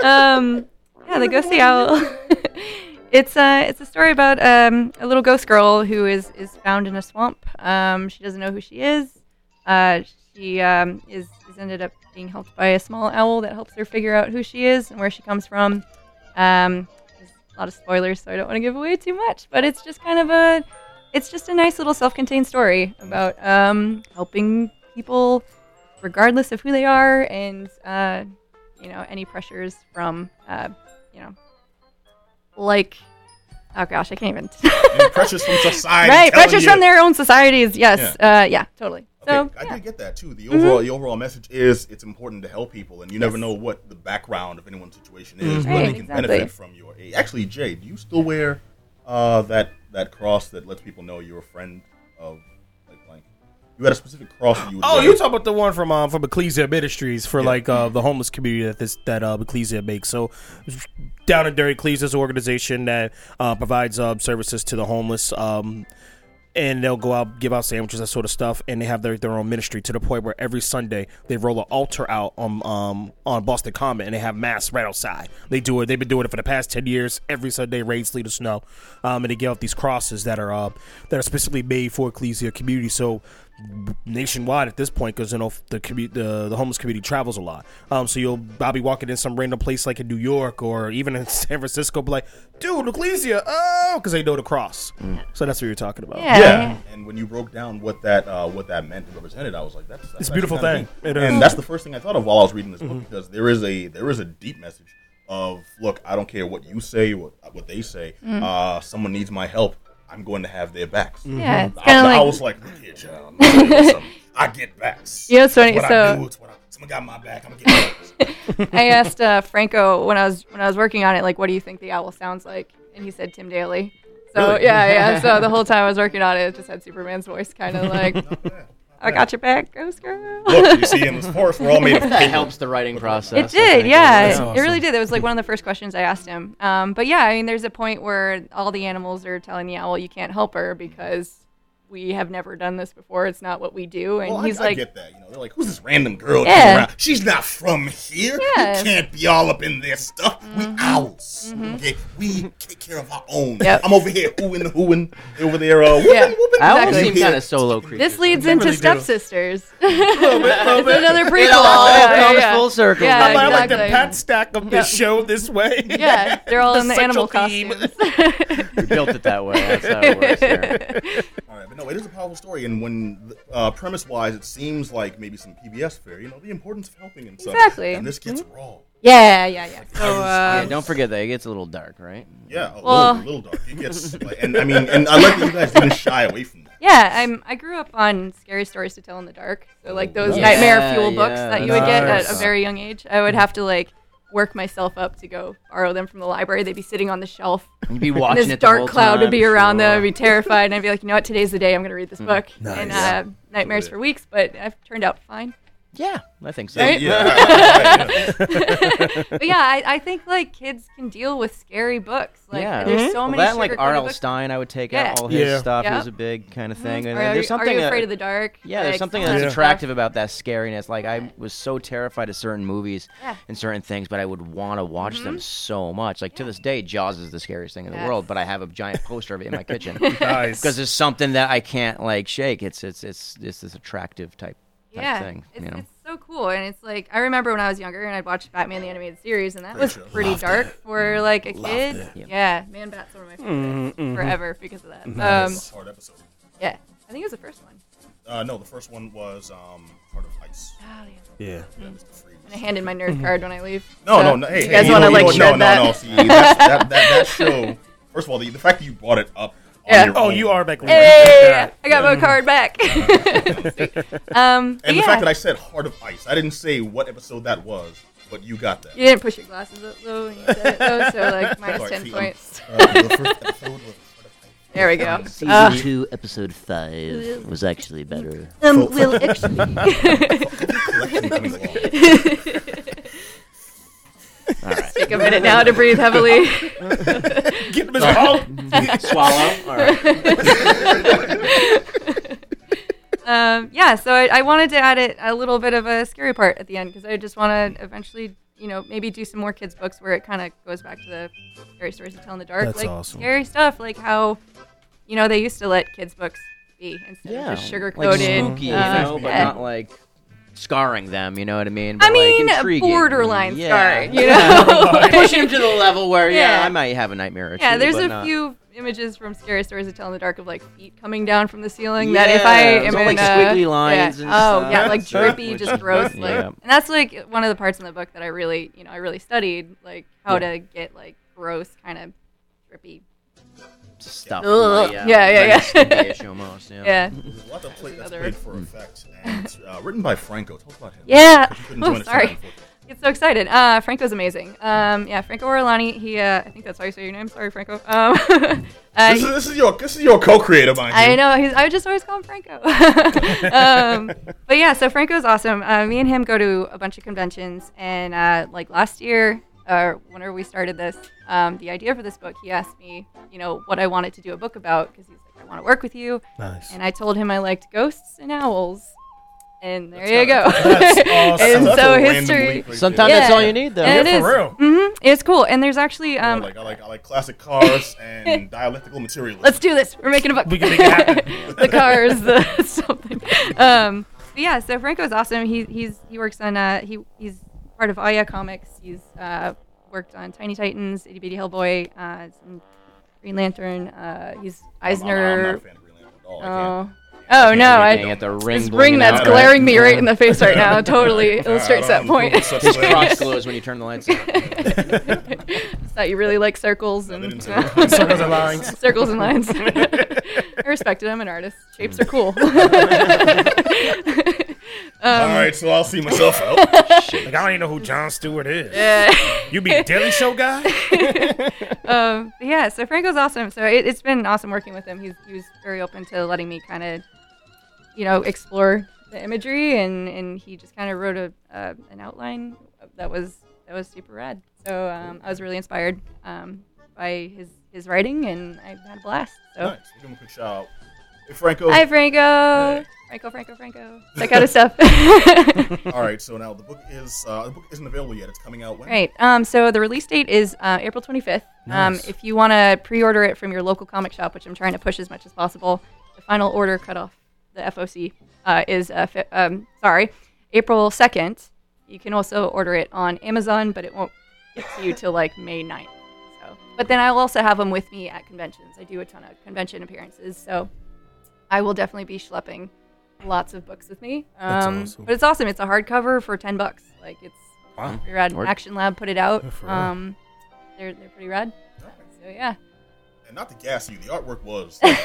um, yeah, the Ghosty Owl. <laughs> it's a it's a story about um, a little ghost girl who is is found in a swamp. Um, she doesn't know who she is. Uh, she um, is is ended up being helped by a small owl that helps her figure out who she is and where she comes from. Um, there's a lot of spoilers, so I don't want to give away too much. But it's just kind of a it's just a nice little self-contained story about um, helping people regardless of who they are and uh, you know any pressures from uh, you know like oh gosh i can't even <laughs>
Any pressures from society.
right
telling
pressures
you-
from their own societies yes yeah, uh, yeah totally so Mm-hmm.
Okay, I did get that too. The overall the overall message is it's important to help people, and you never know what the background of anyone's situation is, but
Mm-hmm. Right,
they can
exactly.
benefit from your aid. Actually, Jay, do you still wear uh, that that cross that lets people know you're a friend of like blank? You had a specific cross that you would
Oh,
wear.
you talking about the one from um, from Ecclesia Ministries for
Yeah.
like uh, the homeless community that this that uh, Ecclesia makes. So, Down and Dirty Ecclesia is an organization that uh, provides uh, services to the homeless. Um, and they'll go out give out sandwiches that sort of stuff and they have their, their own ministry to the point where every sunday they roll an altar out on um on boston common and they have mass right outside they do it they've been doing it for the past 10 years every sunday rains sleet or snow um and they give out these crosses that are uh, that are specifically made for ecclesia community so nationwide at this point because you know the, commu- the the homeless community travels a lot. Um, so you'll I'll be walking in some random place like in New York or even in <laughs> San Francisco, be like, dude, Ecclesia, oh, because they know the cross. So that's what you're talking about.
Yeah.
And when you broke down what that uh, what that meant and represented, I was like, that's, that's
It's a beautiful
actually kinda
thing.
deep.
It is. Mm-hmm.
and that's the first thing I thought of while I was reading this book because there is a there is a deep message of look, I don't care what you say, what what they say.
Mm.
Uh, someone needs my help. I'm going to have their backs.
Mm-hmm.
Yeah, it's
Mm-hmm. I,
kinda
I
like-
was like, look here, child. I'm gonna
<laughs>
do something. I get backs.
You know what's funny?
What I
So-
do, it's what I, someone got my back. I'm gonna get backs.
I asked uh, Franco when I was when I was working on it, like, what do you think the owl sounds like? And he said Tim Daly. So
Really?
yeah, yeah.
<laughs>
So the whole time I was working on it, it just had Superman's voice, kind of like, "I got your back, Ghost Girl."
<laughs> look, you see, in this forest, we're all
<laughs>
made of
<laughs>
That
paper.
helps the writing process.
It
I
did,
think.
yeah.
That's
It really did. That was like one of the first questions I asked him. Um, but yeah, I mean, there's a point where all the animals are telling the owl, "You can't help her because we have never done this before. It's not what we do." And
Well,
he's
Oh, I, I
like,
get that. You know, they're like, who's this random girl? that
Yeah.
comes around? She's not from here.
Yes.
You can't be all up in their stuff. We owls. Okay, we take care of our own.
Mm-hmm. Yep.
I'm over here oohing, hooing over there. Uh, whooping,
Yeah.
whooping.
Owls
Exactly.
seem kind of solo creatures.
This leads into
really do.
stepsisters. <laughs> it's another prequel.
It all
Yeah, yeah,
comes
yeah.
full circle.
Yeah,
I
I
exactly.
like the pat stack of this show this way.
<laughs> Yeah, they're all
The
in the animal
central theme.
costumes.
We built it that way. That's how it works. Here.
All right, but no, it is a powerful story, and when uh, premise-wise, it seems like maybe some PBS fare. You know, the importance of helping and stuff.
Exactly. Mm-hmm.
And this gets raw.
yeah, yeah, yeah. So,
Yeah,
uh,
don't forget that it gets a little dark, right?
Yeah, a
Well-
little, little dark. It gets, like, and I mean, and I like that you guys didn't shy away from that.
yeah, I'm. I grew up on scary stories to tell in the dark. So like those
Oh, Yeah,
nightmare fuel
yeah,
books that you would get at a
nice.
very young age. I would have to like work myself up to go borrow them from the library. They'd be sitting on the shelf.
<laughs> You'd be
And
watching
this
it. the
dark
whole
cloud
time,
would be around
sure. Hmm.
them. I'd be terrified, and I'd be like, you know what? Today's the day. I'm going to read this book. And uh, nightmares for weeks, but I've turned out fine.
Yeah, I think so.
Right?
Yeah, right, right, yeah.
but yeah, I, I think like kids can deal with scary books. Like
Yeah.
there's so
Well,
many
that and, like
sugar-coated
R.L.
books.
Stein, I would take
Yeah.
out all his
Yeah.
stuff. It was
Yep.
a big kind of thing. And
Are,
there's
you-
something.
are you
uh,
afraid of the dark?
Yeah, there's
Like, uh,
something
some of
that's
that
attractive
stuff.
about that scariness. Like I was so terrified of certain movies and certain things, but I would want to watch
Mm-hmm.
them so much. Like to this day, Jaws is the scariest thing in the
Yes.
world, but I have a giant poster of it in
<laughs>
my kitchen
Nice.
because there's something that I can't like shake. It's it's it's it's this attractive type, type
Yeah,
thing.
it's,
you know,
it's so cool, and it's like I remember when I was younger and I'd watch Batman the animated series, and that was pretty dark for like a kid. Yeah, Man Bat's one of my favorites
Mm-hmm,
forever because of that. Um,
Hard episode.
yeah, I think it was the first one.
Uh, no, the first one was um, part of Ice.
Oh, yeah.
Yeah.
That was the freeze.
I handed my nerd card when I leave.
Mm-hmm. No,
so
no, no. Hey,
you
hey,
guys
you
want to
know- you know-
like shred
no,
that?
no, no. See, that's, that, that, that show. First of all, the, the fact that you brought it up. On
Yeah.
your
Oh,
own,
you are back.
Hey, I got my card
<laughs>
back. <laughs> um, but
Mm-hmm. And
yeah,
the fact that I said Heart of Ice, I didn't say what episode that was, but you got that.
you didn't push your glasses up though, when you said it though, so like
<laughs>
minus
Sorry,
ten
see, um,
points.
Uh,
<laughs>
the first episode was Heart of Ice.
There
<laughs>
we go.
season
Uh,
two, episode five was actually better.
um, will actually,
Collection coming
<laughs>
along.
All right,
take a minute now to breathe heavily.
Get Miss Paul.
swallow. All right,
<laughs> um, yeah, so I, I wanted to add it a little bit of a scary part at the end because I just want to eventually, you know, maybe do some more kids books where it kind of goes back to the scary stories to tell in the dark,
That's
like
awesome.
scary stuff, like how, you know, they used to let kids books be instead
yeah,
of just um, sugar
like
coated.
spooky, you
uh,
know, but not like scarring them. You know what I mean? But,
I
like,
mean,
intriguing.
borderline
yeah.
scarring,
<laughs>
you know. Like-
pushing
<laughs>
him to the level where yeah,
Yeah.
I might have a nightmare or
yeah,
two,
there's
but
a
not-
few images from scary stories to tell in the dark of like feet coming down from the ceiling that
Yeah,
if I
it's
am
all,
in
like,
a-
squiggly lines
yeah.
and
oh
stuff.
yeah, like
<laughs> Sure.
drippy, just gross. Like,
Yeah.
and that's like one of the parts in the book that I really, you know, I really studied, like how to get like gross kind of drippy.
stuff.
Ugh.
Yeah,
Yeah, yeah, yeah.
stinky-ish almost, yeah.
Yeah,
There's a lot of play, that's
Another-
played for effect. And it's, uh, written by Franco. Tell us about him.
yeah.
You couldn't join
Oh,
us
sorry.
tonight, unfortunately.
Get so excited. Uh, Franco's amazing. Um, yeah, Franco Orlani. He, uh, I think that's how you say your name. Sorry, Franco. Um, <laughs> uh,
This is, this is your this is your co-creator, mind you.
I know. He's, I just always call him Franco. <laughs> um, but yeah, so Franco's awesome. Uh, me and him go to a bunch of conventions, and uh, like last year, uh, whenever we started this, um, the idea for this book, he asked me, you know, what I wanted to do a book about because he's like, I want to work with you,
Nice.
and I told him I liked ghosts and owls, and there you go. <laughs>
That's awesome.
and
That's
so
Oh, a random
history.
link right
Sometimes
Yeah.
that's all you need, though.
And
Yeah,
it
for
is.
real.
Mhm. It's cool, and there's actually
there. I
um,
like I like I like classic
<laughs>
cars and dialectical materialism.
let's do this. We're making a book.
We can make it happen.
<laughs> the
<laughs>
cars, the something. Um, but yeah, so Franco's awesome. He he's he works on uh he he's part of Aya Comics. He's uh worked on Tiny Titans, Itty Bitty Hellboy, uh, some Green Lantern. Uh, he's
I'm- I'm- I'm not a
Eisner.
fan of Green Lantern at all. I can't.
Oh. Oh no! I
Dang it, the ring
this ring
blinging
that's
out, right? <laughs>
<laughs>
glaring me right in the face right now totally illustrates
I don't
that
know
point.
who said
<laughs>
that.
Crotch glows when you turn the lights. on.
thought you really like circles
they
and <laughs>
didn't say that.
<laughs> Circles and lines.
Circles and
<laughs>
lines. I respect it. I'm an artist. Shapes are
Mm.
cool. <laughs> Um,
All right, so I'll see <laughs> myself out.
<laughs>
Like I don't even know who John Stewart is.
Uh,
You be Daily Show guy?
um, but yeah, so Franco's awesome. So it, it's been awesome working with him. He's he was very open to letting me kind of, you know, explore the imagery, and and he just kind of wrote a uh, an outline that was that was super rad. So um, I was really inspired um, by his his writing, and I had a blast. So.
Nice. Give him a quick shout out. Hey, Franco.
Hi, Franco. Franco, Franco, Franco. That kind of stuff.
All right, so now the book is uh, the book isn't available yet. It's coming out when?
right. Um, so the release date is uh, April 25th. Um, if you want to pre-order it from your local comic shop, which I'm trying to push as much as possible, the final order cutoff, the FOC, uh, is uh, fi- um, sorry, April 2nd. You can also order it on Amazon, but it won't get to you till like May 9th. So, but then I'll also have them with me at conventions. I do a ton of convention appearances, so I will definitely be schlepping lots of books with me. Um,
That's awesome.
But it's awesome. It's a hardcover for ten bucks. Like it's
Wow.
pretty rad.
Word.
Action Lab put it out.
Oh,
Yeah, for real.
Um, they're they're pretty rad. So yeah,
And not to gas you, the artwork
<laughs>
was am-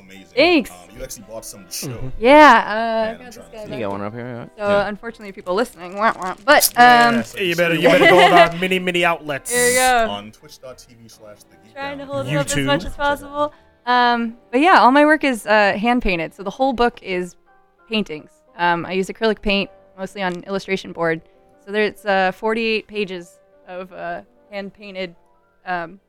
amazing.
Thanks. Um,
Um, you actually bought some to show.
yeah. Uh, I
Man,
got this
I'm
guy
trying to-
You
back.
got one up here. all right.
So unfortunately, people listening, wah, wah. but um,
Yeah, so
You better
see
you
it
better
<laughs>
go on our many many outlets.
here you go.
on twitch.tv slash the geek
Oh. trying to
Down.
hold it up as
YouTube.
much as possible. Um, but yeah, all my work is uh, hand painted, so the whole book is paintings. Um, I use acrylic paint mostly on illustration board, so there's uh, 48 pages of uh, hand painted. Um,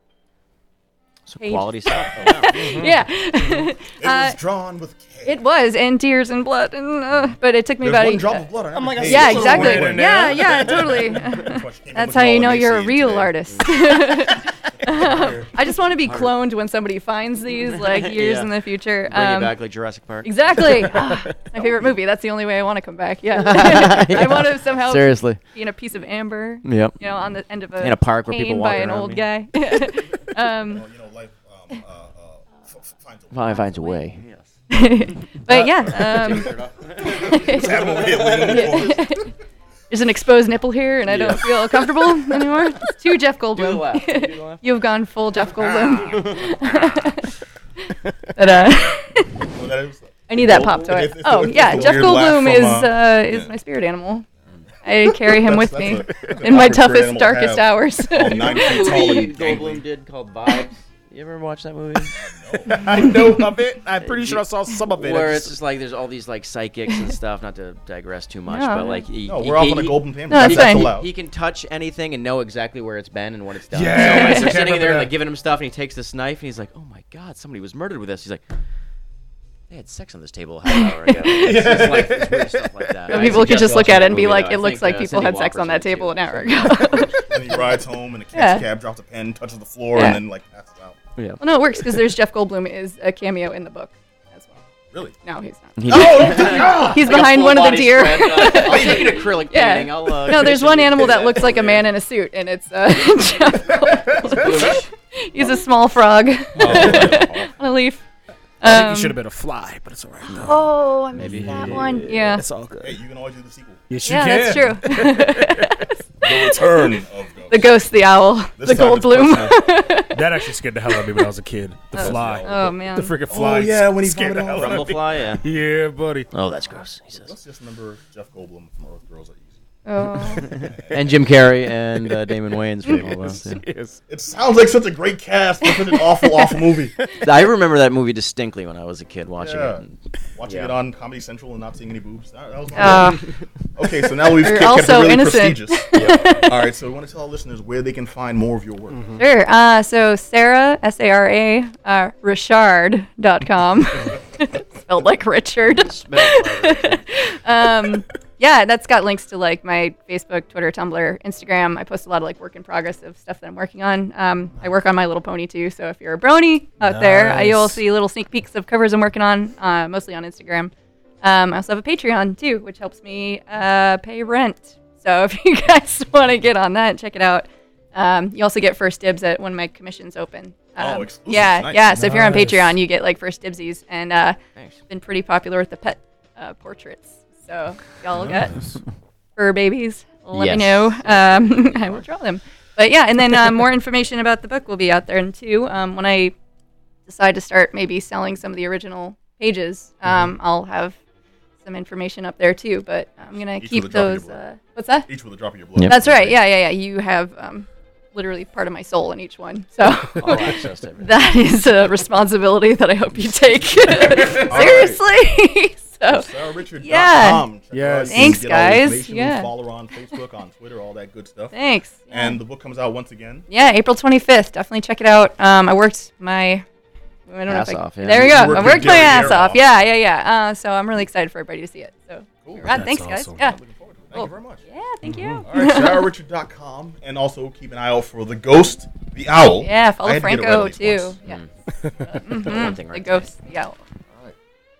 So
Page.
quality stuff.
Hmm.
Yeah, <laughs>
It was drawn with care.
Uh, it was and tears and blood, and uh, but it took me
There's
about
one
a-
drop of blood on every
my God,
page.
yeah,
It's a little
exactly.
weird in
Yeah,
there.
yeah,
<laughs>
totally. That's how you know you're a real
<laughs>
artist. <laughs> I just want to be cloned when somebody
<laughs>
finds these, like years
Yeah.
in the future.
Bring
Um,
it back like Jurassic Park. <laughs>
Exactly. Ah, it's my favorite movie. That's the only way I want to come back. Yeah. <laughs> I want to somehow
Seriously.
be in a piece of amber,
Yep.
you know, on the end of a
In a park where people
cane
walk
by an
around,
old
yeah.
guy. <laughs>
<laughs>
um,
Well, you know, life um, uh, uh, f- f- finds a way.
Finally finds a way. Uh, <laughs>
but yeah, um, <laughs> there's an exposed nipple here, and I don't feel comfortable
<laughs>
anymore. It's too Jeff Goldblum. <laughs> You've gone full Jeff
<laughs>
Goldblum. but, uh, <laughs>
Well, that is-
I need that pop
It's-
to it.
it's-
Oh
it's
yeah,
a
Jeff
weird laugh
Goldblum
from,
is
uh,
uh, is
yeah.
my spirit animal. I carry him
That's-
with
that's
me
a-
<laughs>
that's an
in my
awkward spirit
toughest,
animal to have.
darkest hours.
All nine feet
<laughs>
tall and
Goldblum
gangly.
did called Vibes. You ever watch that <laughs> movie?
I know of it. I'm pretty sure I saw some of it.
Where it's just like there's all these like psychics and stuff. Not to digress too much,
No,
but
no.
like he,
No,
he-
we're off
he-
on a golden tangent.
No, that's
that's
fine.
allowed.
He can touch anything and know exactly where it's been and what it's done.
Yeah.
so
I
like, they're
can't
sitting
remember
there
that.
like giving him stuff, and he takes the knife and he's like, "Oh my god, somebody was murdered with this." He's like, "They had sex on this table a half an hour
<laughs>
ago." It's just, like, it's weird stuff like that. I
<laughs> people could
suggest
just look
watching
at it
that
and be
movie,
like,
though. I
"It looks
think,
like
uh,
people
Cindy
had sex
Walker's
on that
in it,
table
too.
an hour ago."
and then he rides home, and the
Yeah.
cab drops a pen, touches the floor,
Yeah.
and then like passes out.
<laughs> well, no, it works because there's Jeff Goldblum is a cameo in the book as well.
Really?
No, he's not.
Oh,
He's behind
Full
one of the
body
deer.
spread,
<laughs>
uh, I'll take an acrylic
Yeah.
painting. I'll, uh,
No,
<laughs>
there's
commission
one
you to
animal
do
that looks like a man in a suit, and it's uh, <laughs> Jeff <laughs> Goldblum. He's a small frog <laughs>
Oh,
on
Oh,
a leaf.
I think
Um,
you should have been a fly, but it's alright. No,
Oh, I missed that one. Yeah.
it's all
Hey,
good.
you can always do the sequel.
Yes, you
Yeah,
can.
that's true. <laughs>
The Return of Ghost.
The ghost, the owl,
This
the
time it's
Goldblum. <laughs>
personal.
That actually scared the hell out of me when I was a kid. The fly.
Oh man.
The freaking fly.
yeah, when he
scared the
vomited
hell out of me.
Rumblefly, yeah.
Yeah, buddy.
Oh, that's gross. He says.
Let's just remember Jeff Goldblum from Earth Girls Are Easy.
<laughs>
Oh.
and Jim Carrey and uh, Damon Wayans
<laughs>
for a little while. too.
It sounds like such a great cast for such an awful, awful
<laughs>
movie.
I remember that movie distinctly when I was a kid watching
Yeah.
it. and-
Watching
Yeah.
it on Comedy Central and not seeing any boobs. That, that was my
Oh.
Okay, so now we've
You're
kept, kept it
also
really
innocent. <laughs>
prestigious. All right, so we want to tell our listeners where they can find more of your work.
Mm-hmm.
Sure. Uh, so Sarah, S A R A, uh, Richard.com. <laughs> Spelled like Richard. um, yeah, that's got links to like my Facebook, Twitter, Tumblr, Instagram. I post a lot of like work in progress of stuff that I'm working on. Um, I work on My Little Pony too. So if you're a brony out there, I- you'll
Nice.
see little sneak peeks of covers I'm working on, uh, mostly on Instagram. Um, I also have a Patreon too, which helps me uh, pay rent. So if <laughs> you guys want to get on that, check it out. Um, you also get first dibs at when my commissions open.
Oh,
Um,
exclusive.
yeah,
Nice.
yeah. So if you're on
Nice.
Patreon, you get like first dibsies, and uh, been pretty popular with the pet uh, portraits. So y'all got fur babies. Let
Yes.
me know. Um, <laughs> I will draw them. But yeah, and then uh, more information about the book will be out there. And two, um, when I decide to start maybe selling some of the original pages,
Mm-hmm.
um, I'll have some information up there too. But I'm gonna
Each
keep
with a drop of your
those.
blood.
Uh, what's that?
Each with a drop of your blood.
Yep.
That's right. Yeah, yeah, yeah. You have um, literally part of my soul in each one.
<laughs>
So
All
<laughs>
access to Oh, everything.
that is a responsibility that I hope
<laughs>
you take <laughs> seriously. <laughs> so
SarahRichard.com.
Yeah.
Check it out.
Yes.
You can
Thanks,
get all the
guys.
information.
Yeah.
Follow her on Facebook, on Twitter, all that good stuff.
thanks.
And the book comes out once again.
Yeah, April 25th. Definitely check it out. Um, I worked my. I don't
Ass
know if I,
off, yeah.
There you go. I
Worked
worked
your
my ass
hair
off.
off.
Yeah, yeah, yeah. Uh, so I'm really excited for everybody to see it. So,
Cool. Mm-hmm.
Rad, thanks,
awesome.
guys. Yeah.
Looking forward to it. Thank
Cool.
you very much.
Oh. Yeah, thank you.
All right, SarahRichard.com. And also keep an eye out for The Ghost, The Owl.
Yeah,
I
follow
had to get it
Franco
right at
too.
least once.
Yeah,
One thing
the
Mm, right there.
ghost. Yeah.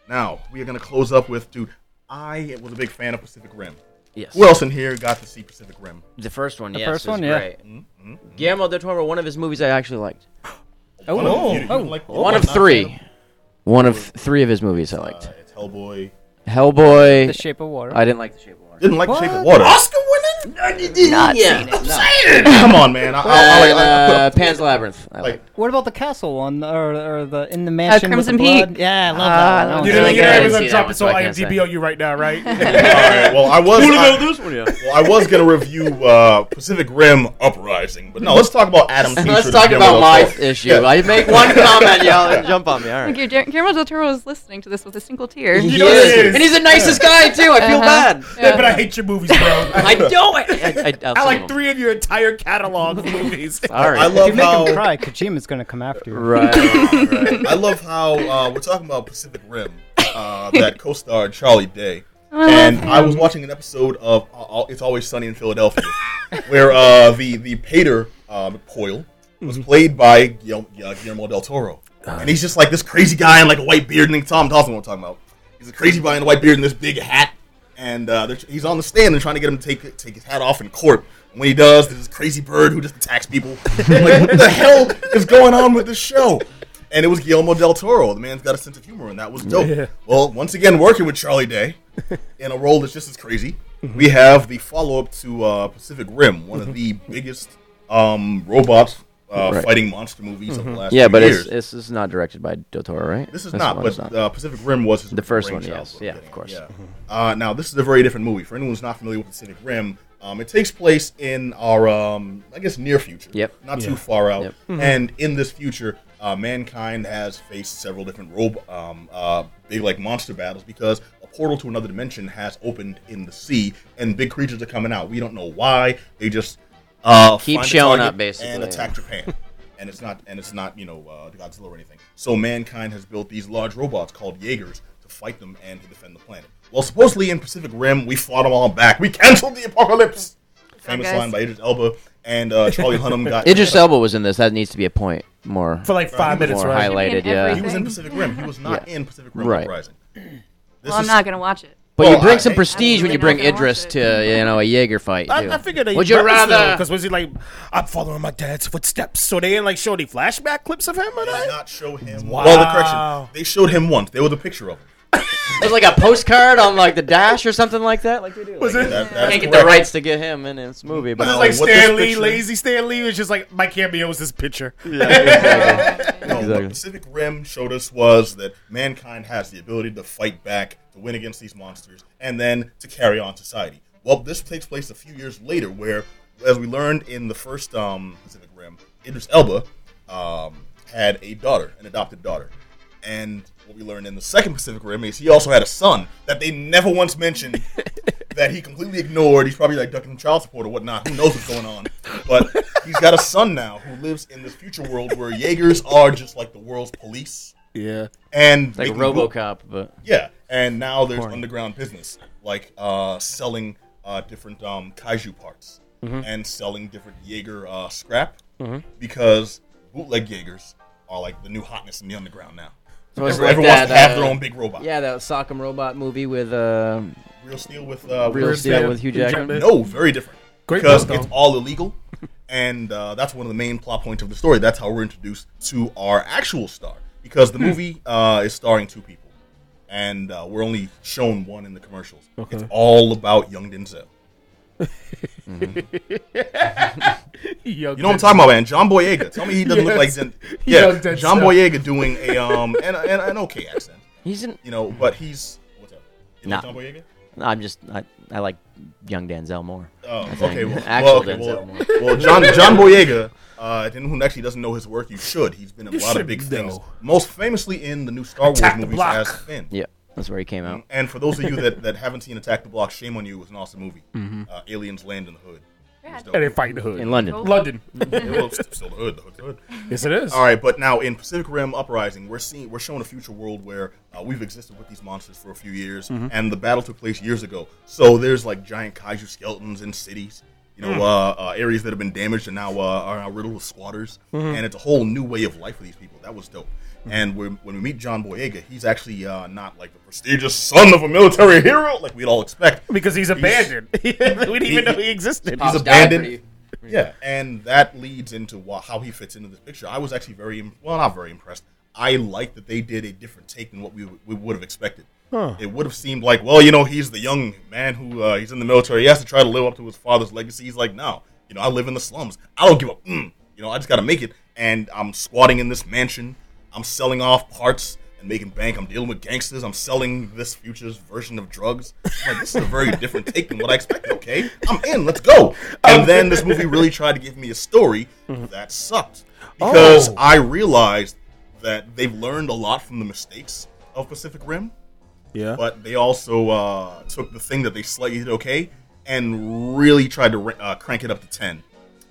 Now, we are going to close up with, dude, I was a big fan of Pacific Rim.
Yes.
Who else in here got to see Pacific Rim?
The first one, the yes,
first
was
one, yeah.
great. Guillermo del Toro, one of his movies I actually liked.
One of them. You- you
oh,
like-
One
I'm
of
not saying-
three. One of three of his movies I liked.
Uh, it's Hellboy.
The
Hellboy.
Shape of Water.
I didn't like The Shape of Water.
Didn't like the Shape of Water.
Oscar winning?
Not seen
<laughs>
it.
Come on, man. I, I, <laughs> I, I, I put
Uh,
up,
Pan's Labyrinth. I
like,
liked.
what about the castle one or, or the
Uh,
in the mansion? with
Crimson
the blood?
Peak.
Yeah, I love
Ah, I
that.
love
one.
You
that.
didn't
I
like it?
didn't
I was
see
gonna
that
drop
one,
it, so
so I can't say.
IMDb on you right now, right?
<laughs>
Alright, well, I was. I,
<laughs>
well, I was gonna review uh, Pacific Rim Uprising, but no, let's talk about Adam.
Let's talk about my issue. I make one comment, y'all, and jump on me.
<laughs>
All right.
Gu- Gu- Guillermo del Toro is listening to this with a single tear.
He <laughs>
know
is.
it is.
And he's the nicest guy, too. I feel bad.
but I hate your movies, bro.
<laughs> I don't. I, I,
I like three of your entire catalog of
<laughs>
movies.
All right.
I
If
love
you make
how
him cry, Kojima's gonna come after you.
Right.
I love how uh, we're talking about Pacific Rim. Uh, that co-starred Charlie Day, and I was watching an episode of uh, Al- It's Always Sunny in Philadelphia, where uh, the the pater um, Coyle was played by Guil- uh, Guillermo del Toro, and he's just like this crazy guy in like a white beard. And Tom Dawson, what I'm talking about, he's a crazy guy in a white beard and this big hat, and uh, they're tr- he's on the stand and trying to get him to take take his hat off in court. And When he does, there's this crazy bird who just attacks people. I'm like, what the hell is going on with this show? And it was Guillermo del Toro. The man's got a sense of humor, and that was dope. Well, once again, working with Charlie Day in a role that's just as crazy, we have the follow up to uh, Pacific Rim, one of the biggest um, robot uh,
Right.
fighting monster movies of the last
Yeah,
few
but
years.
it's, it's, it's not directed by Del Toro, right?
This is
That's
not,
the one
but
that's not.
Uh, Pacific Rim was his
The first one,
brainchild,
yes.
sort
Yeah,
thing,
of course.
Uh, now, this is a very different movie. For anyone who's not familiar with Pacific Rim, um, it takes place in our, um, I guess, near future.
Yep.
Not too far out.
Yep. Mm-hmm.
And in this future, uh, mankind has faced several different rob- um, uh, big, like, monster battles because a portal to another dimension has opened in the sea, and big creatures are coming out. We don't know why. They just uh,
Keep
find a
showing
target
up, basically,
and
yeah.
attack
<laughs>
Japan, and it's not and it's not you know uh, Godzilla or anything. So mankind has built these large robots called Jaegers to fight them and to defend the planet. Well, supposedly in Pacific Rim, we fought them all back. We canceled the apocalypse. Famous
guys.
line by Idris Elba and uh,
<laughs>
Charlie Hunnam got
Idris Elba was in this. That needs to be a point more,
For like five minutes,
more
right?
highlighted, yeah.
He
everything.
was in Pacific Rim. He was not in Pacific Rim
Right.
Uprising. This
Well, I'm
is-
not gonna watch it.
But
Well,
you bring
I-
some
I-
prestige when you
I'm really
bring
not gonna
Idris
watch
to you know a Jaeger fight.
I,
too.
I figured they
Would you rather?
Because was he like, I'm following my dad's footsteps. So they ain't like show any flashback clips of him or
They did
that?
not show him. Well, the correction.
Wow.
They showed him once. There was a picture of him.
It was like a postcard on like the dash or something like that. Like they do.
Was
like,
it?
That,
they
that's
can't get
correct.
the rights to get him in this movie, but
Was it
No,
like
what this
Stan Lee,
picture-
lazy Stan Lee? was just like, my cameo is this picture.
<laughs> No,
Exactly.
what Pacific Rim showed us was that mankind has the ability to fight back, to win against these monsters, and then to carry on society. Well, this takes place a few years later, where, as we learned in the first um, Pacific Rim, Idris Elba um, had a daughter, an adopted daughter. And what we learned in the second Pacific Rim is he also had a son that they never once mentioned, that he completely ignored. He's probably like ducking child support or whatnot. Who knows what's going on? But he's got a son now who lives in this future world where Jaegers are just like the world's police.
Yeah.
And
like
they can go-
RoboCop, but
yeah, and now there's underground business like uh, selling uh, different um, kaiju parts and selling different Jaeger uh, scrap because bootleg Jaegers are like the new hotness in the underground now.
so it's
Everyone
like
wants to
that,
have
uh,
their own big robot.
Yeah, that Sock'em Robot movie with uh,
Real Steel with uh,
Real
Weird
Steel with Hugh Jackman.
No, very different.
Great
because
work,
it's
though.
all illegal, and uh, that's one of the main plot points of the story. That's how we're introduced to our actual star because the
Hmm.
movie uh, is starring two people, and uh, we're only shown one in the commercials. It's all about young Denzel.
Mm-hmm. <laughs>
You know what I'm talking about, man? John Boyega. Tell me he doesn't look like
Yes.
Zen. Yeah,
Young Denzel.
John Boyega doing a um and, and an okay accent,
He's in.
you know, but he's what's up? You
Nah.
like John Boyega?
I'm just. I, I like young Denzel more.
Oh,
think. <laughs>
okay. Well,
Actual
well, okay,
Denzel Moore.
well, well,
<laughs>
John John Boyega, uh, to anyone who actually doesn't know his work, you should. He's been in a lot of
should
big
know.
things, most famously in the new Star Wars
Attack the
movies
Block.
as Finn.
Yeah, that's where he came out.
And for those of you that, that haven't seen Attack the Block, shame on you. It was an awesome movie.
Mm-hmm.
Uh, Aliens land in the hood. <laughs> It was dope.
And they fight in the hood.
In London.
London.
Yeah, well, still the hood. The hood's the hood.
yes, it is.
All right, but now in Pacific Rim Uprising, we're seeing we're showing a future world where uh, we've existed with these monsters for a few years,
Mm-hmm.
and the battle took place years ago. So there's like giant kaiju skeletons in cities, you
Hmm.
know, uh, uh, areas that have been damaged and now uh, are now riddled with squatters,
Mm-hmm.
and it's a whole new way of life for these people. That was dope.
Hmm.
And we when we meet John Boyega, he's actually uh, not like the prestigious son of a military hero like we'd all expect.
Because he's abandoned. <laughs> we didn't
He-
even know he existed.
He's
Pops died
abandoned.
pretty-
Yeah, and that leads into wha- how he fits into this picture. I was actually very im- well, not very impressed. I like that they did a different take than what we, we would have expected. It would have seemed like, well, you know, he's the young man who uh, he's in the military. He has to try to live up to his father's legacy. He's like, no, you know, I live in the slums. I don't give a mm. You know, I just got to make it. And I'm squatting in this mansion. I'm selling off parts and making bank. I'm dealing with gangsters. I'm selling this future's version of drugs. I'm like, this is a very different take than what I expected. Okay, I'm in. Let's go. And then this movie really tried to give me a story that sucked because
Oh.
I realized that they've learned a lot from the mistakes of Pacific Rim,
Yeah.
but they also uh, took the thing that they slightly did okay and really tried to ra- uh, crank it up to ten,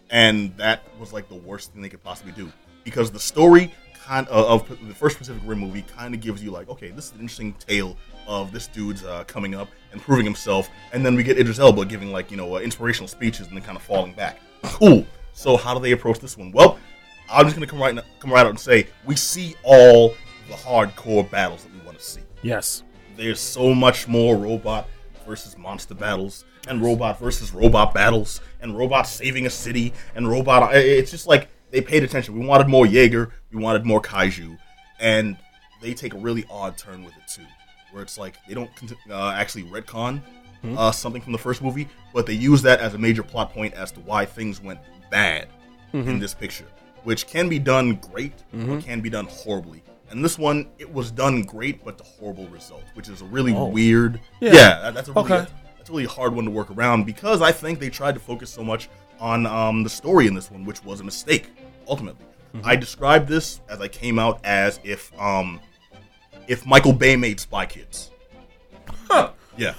and that was like the worst thing they could possibly do because the story kind uh, of, of the first Pacific Rim movie kind of gives you like, okay, this is an interesting tale of this dude's uh, coming up and proving himself, and then we get Idris Elba giving like you know uh, inspirational speeches and then kind of falling back. Cool. So how do they approach this one? Well, I'm just gonna come right come right out and say we see all the hardcore battles that we want to see
Yes.
there's so much more robot versus monster battles and robot versus robot battles and robot saving a city and robot I- I- it's just like they paid attention we wanted more jaeger we wanted more kaiju and they take a really odd turn with it too where it's like they don't conti- uh, actually retcon uh, something from the first movie but they use that as a major plot point as to why things went bad in this picture which can be done great or can be done horribly and this one, it was done great, but the horrible result, which is a really weird. Yeah, that- that's a really,
Okay.
that's a really hard one to work around because I think they tried to focus so much on um, the story in this one, which was a mistake ultimately. I described this as I came out as if um, if Michael Bay made Spy Kids. Yeah.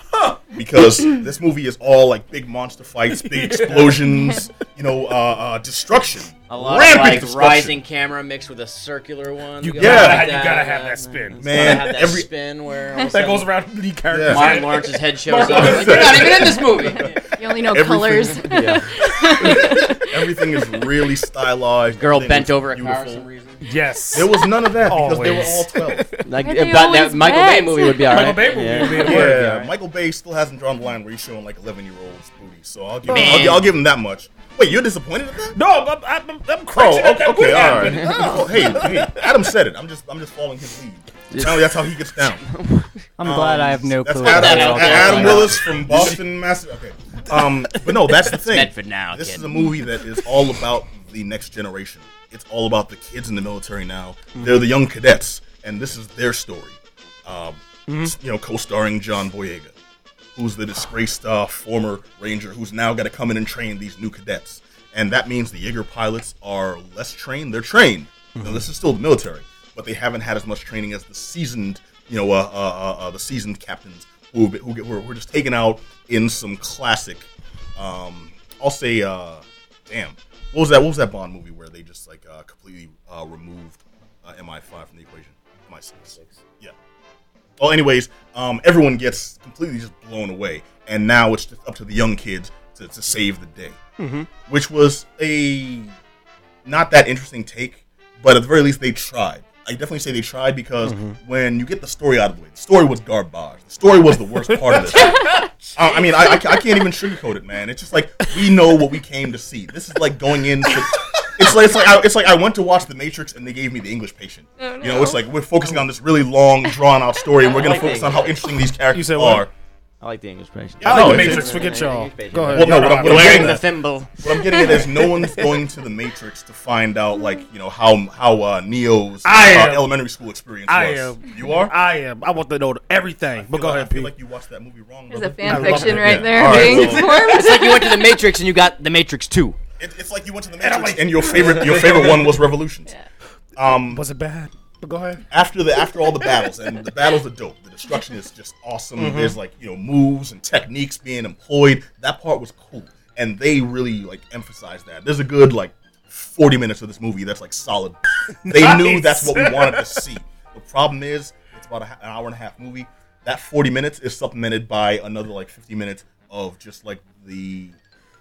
Because this movie is all like big monster fights, big explosions, you know, uh, uh, destruction,
A lot
rampant
of like
destruction.
rising camera mixed with a circular one.
You
going
gotta-
like
you gotta have
uh,
that spin.
it's
Man,
gotta have that
every-
spin where all of a
That goes
sudden
around the characters.
Yeah.
Martin Lawrence's head shows up. Like, You're not even in this movie.
You only know
Everything-
colors.
<laughs> Everything is really stylized.
Girl
Everything
bent
is
over a car for
beautiful.
some reason.
<laughs>
Yes.
There was none of that because they were
Always.
all 12.
Like
Why they
if that,
always
that Michael Bay
bet?
movie would be alright.
Michael Bay movie
Yeah.
would be a word.
Yeah, Michael Bay still hasn't drawn the line where he's showing like 11 year olds booty, so I'll give, him, I'll, gi- I'll give him that much. Wait, you're disappointed at that?
No, I'm, I'm, I'm, I'm
Oh,
cringing at
okay,
that
okay,
okay,
all right. Oh, hey, hey, Adam said it. I'm just, I'm just following his lead. Now that's how he gets
<laughs>
down.
I'm glad I have no
That's
clue.
Adam,
what they
Adam,
all look like.
Willis from Boston, Mass. Okay, um, but no, that's the thing.
Medford now,
This
kid.
is a movie that is all about the next generation. It's all about the kids in the military now. They're the young
Mm-hmm.
cadets, and this is their story. Um, You know, co-starring John Boyega. who's the disgraced uh, former ranger who's now got to come in and train these new cadets. And that means the Jaeger pilots are less trained. They're trained. Now, this is still the military, but they haven't had as much training as the seasoned, you know, uh, uh, uh, uh, the seasoned captains who who, get, who are- who are just taken out in some classic. Um, I'll say, uh, damn, what was that? What was that Bond movie where they just like uh, completely uh, removed uh, MI5 from the equation? MI6. Yeah. Well, anyways, um, everyone gets completely just blown away, and now it's just up to the young kids to, to save the day, mm-hmm. which was a not that interesting take, but at the very least they tried. I definitely say they tried because when you get the story out of the way, the story was garbage. The story was the worst part
<laughs>
of this. I, I mean, I, I, ca- I can't even sugarcoat it, man. It's just like we know what we came to see. This is like going
<laughs>
into. It's like it's like I, it's like I went to watch The Matrix and they gave me The English Patient.
Oh,
You know,
no.
it's like we're focusing on this really long, drawn out story, and we're gonna
like
focus
The
on how interesting these characters
You said what?
are.
I like the English patient.
I like
Oh,
the Matrix.
Matrix, forget y'all.
Matrix.
Go
Well,
ahead.
no, what I'm, what I'm
Wearing
getting
the
at- <laughs>
thimble.
what I'm getting at is no one's going to the Matrix to find out, like you know, how how uh, Neo's
I
uh,
am.
elementary school experience
I
was.
am.
You are.
I am. I want to know everything. But
I
go
feel- I
ahead,
feel
Pete.
like you watched that movie wrong.
There's a
brother.
fan
love it.
fiction
Yeah.
right there
All right,
being
well-
<laughs> formed.
It's like you went to the Matrix and you got the Matrix Two.
It, it's like you went to the Matrix and, <laughs> your favorite your favorite one was Revolutions. Um,
Was it bad? But go ahead.
after the after all the battles and the battles are dope. The destruction is just awesome. There's like you know moves and techniques being employed. That part was cool, and they really like emphasized that. There's a good like 40 minutes of this movie that's like solid. They knew
Nice.
that's what we wanted to see. The problem is it's about a, ha- an hour and a half movie. That 40 minutes is supplemented by another like 50 minutes of just like the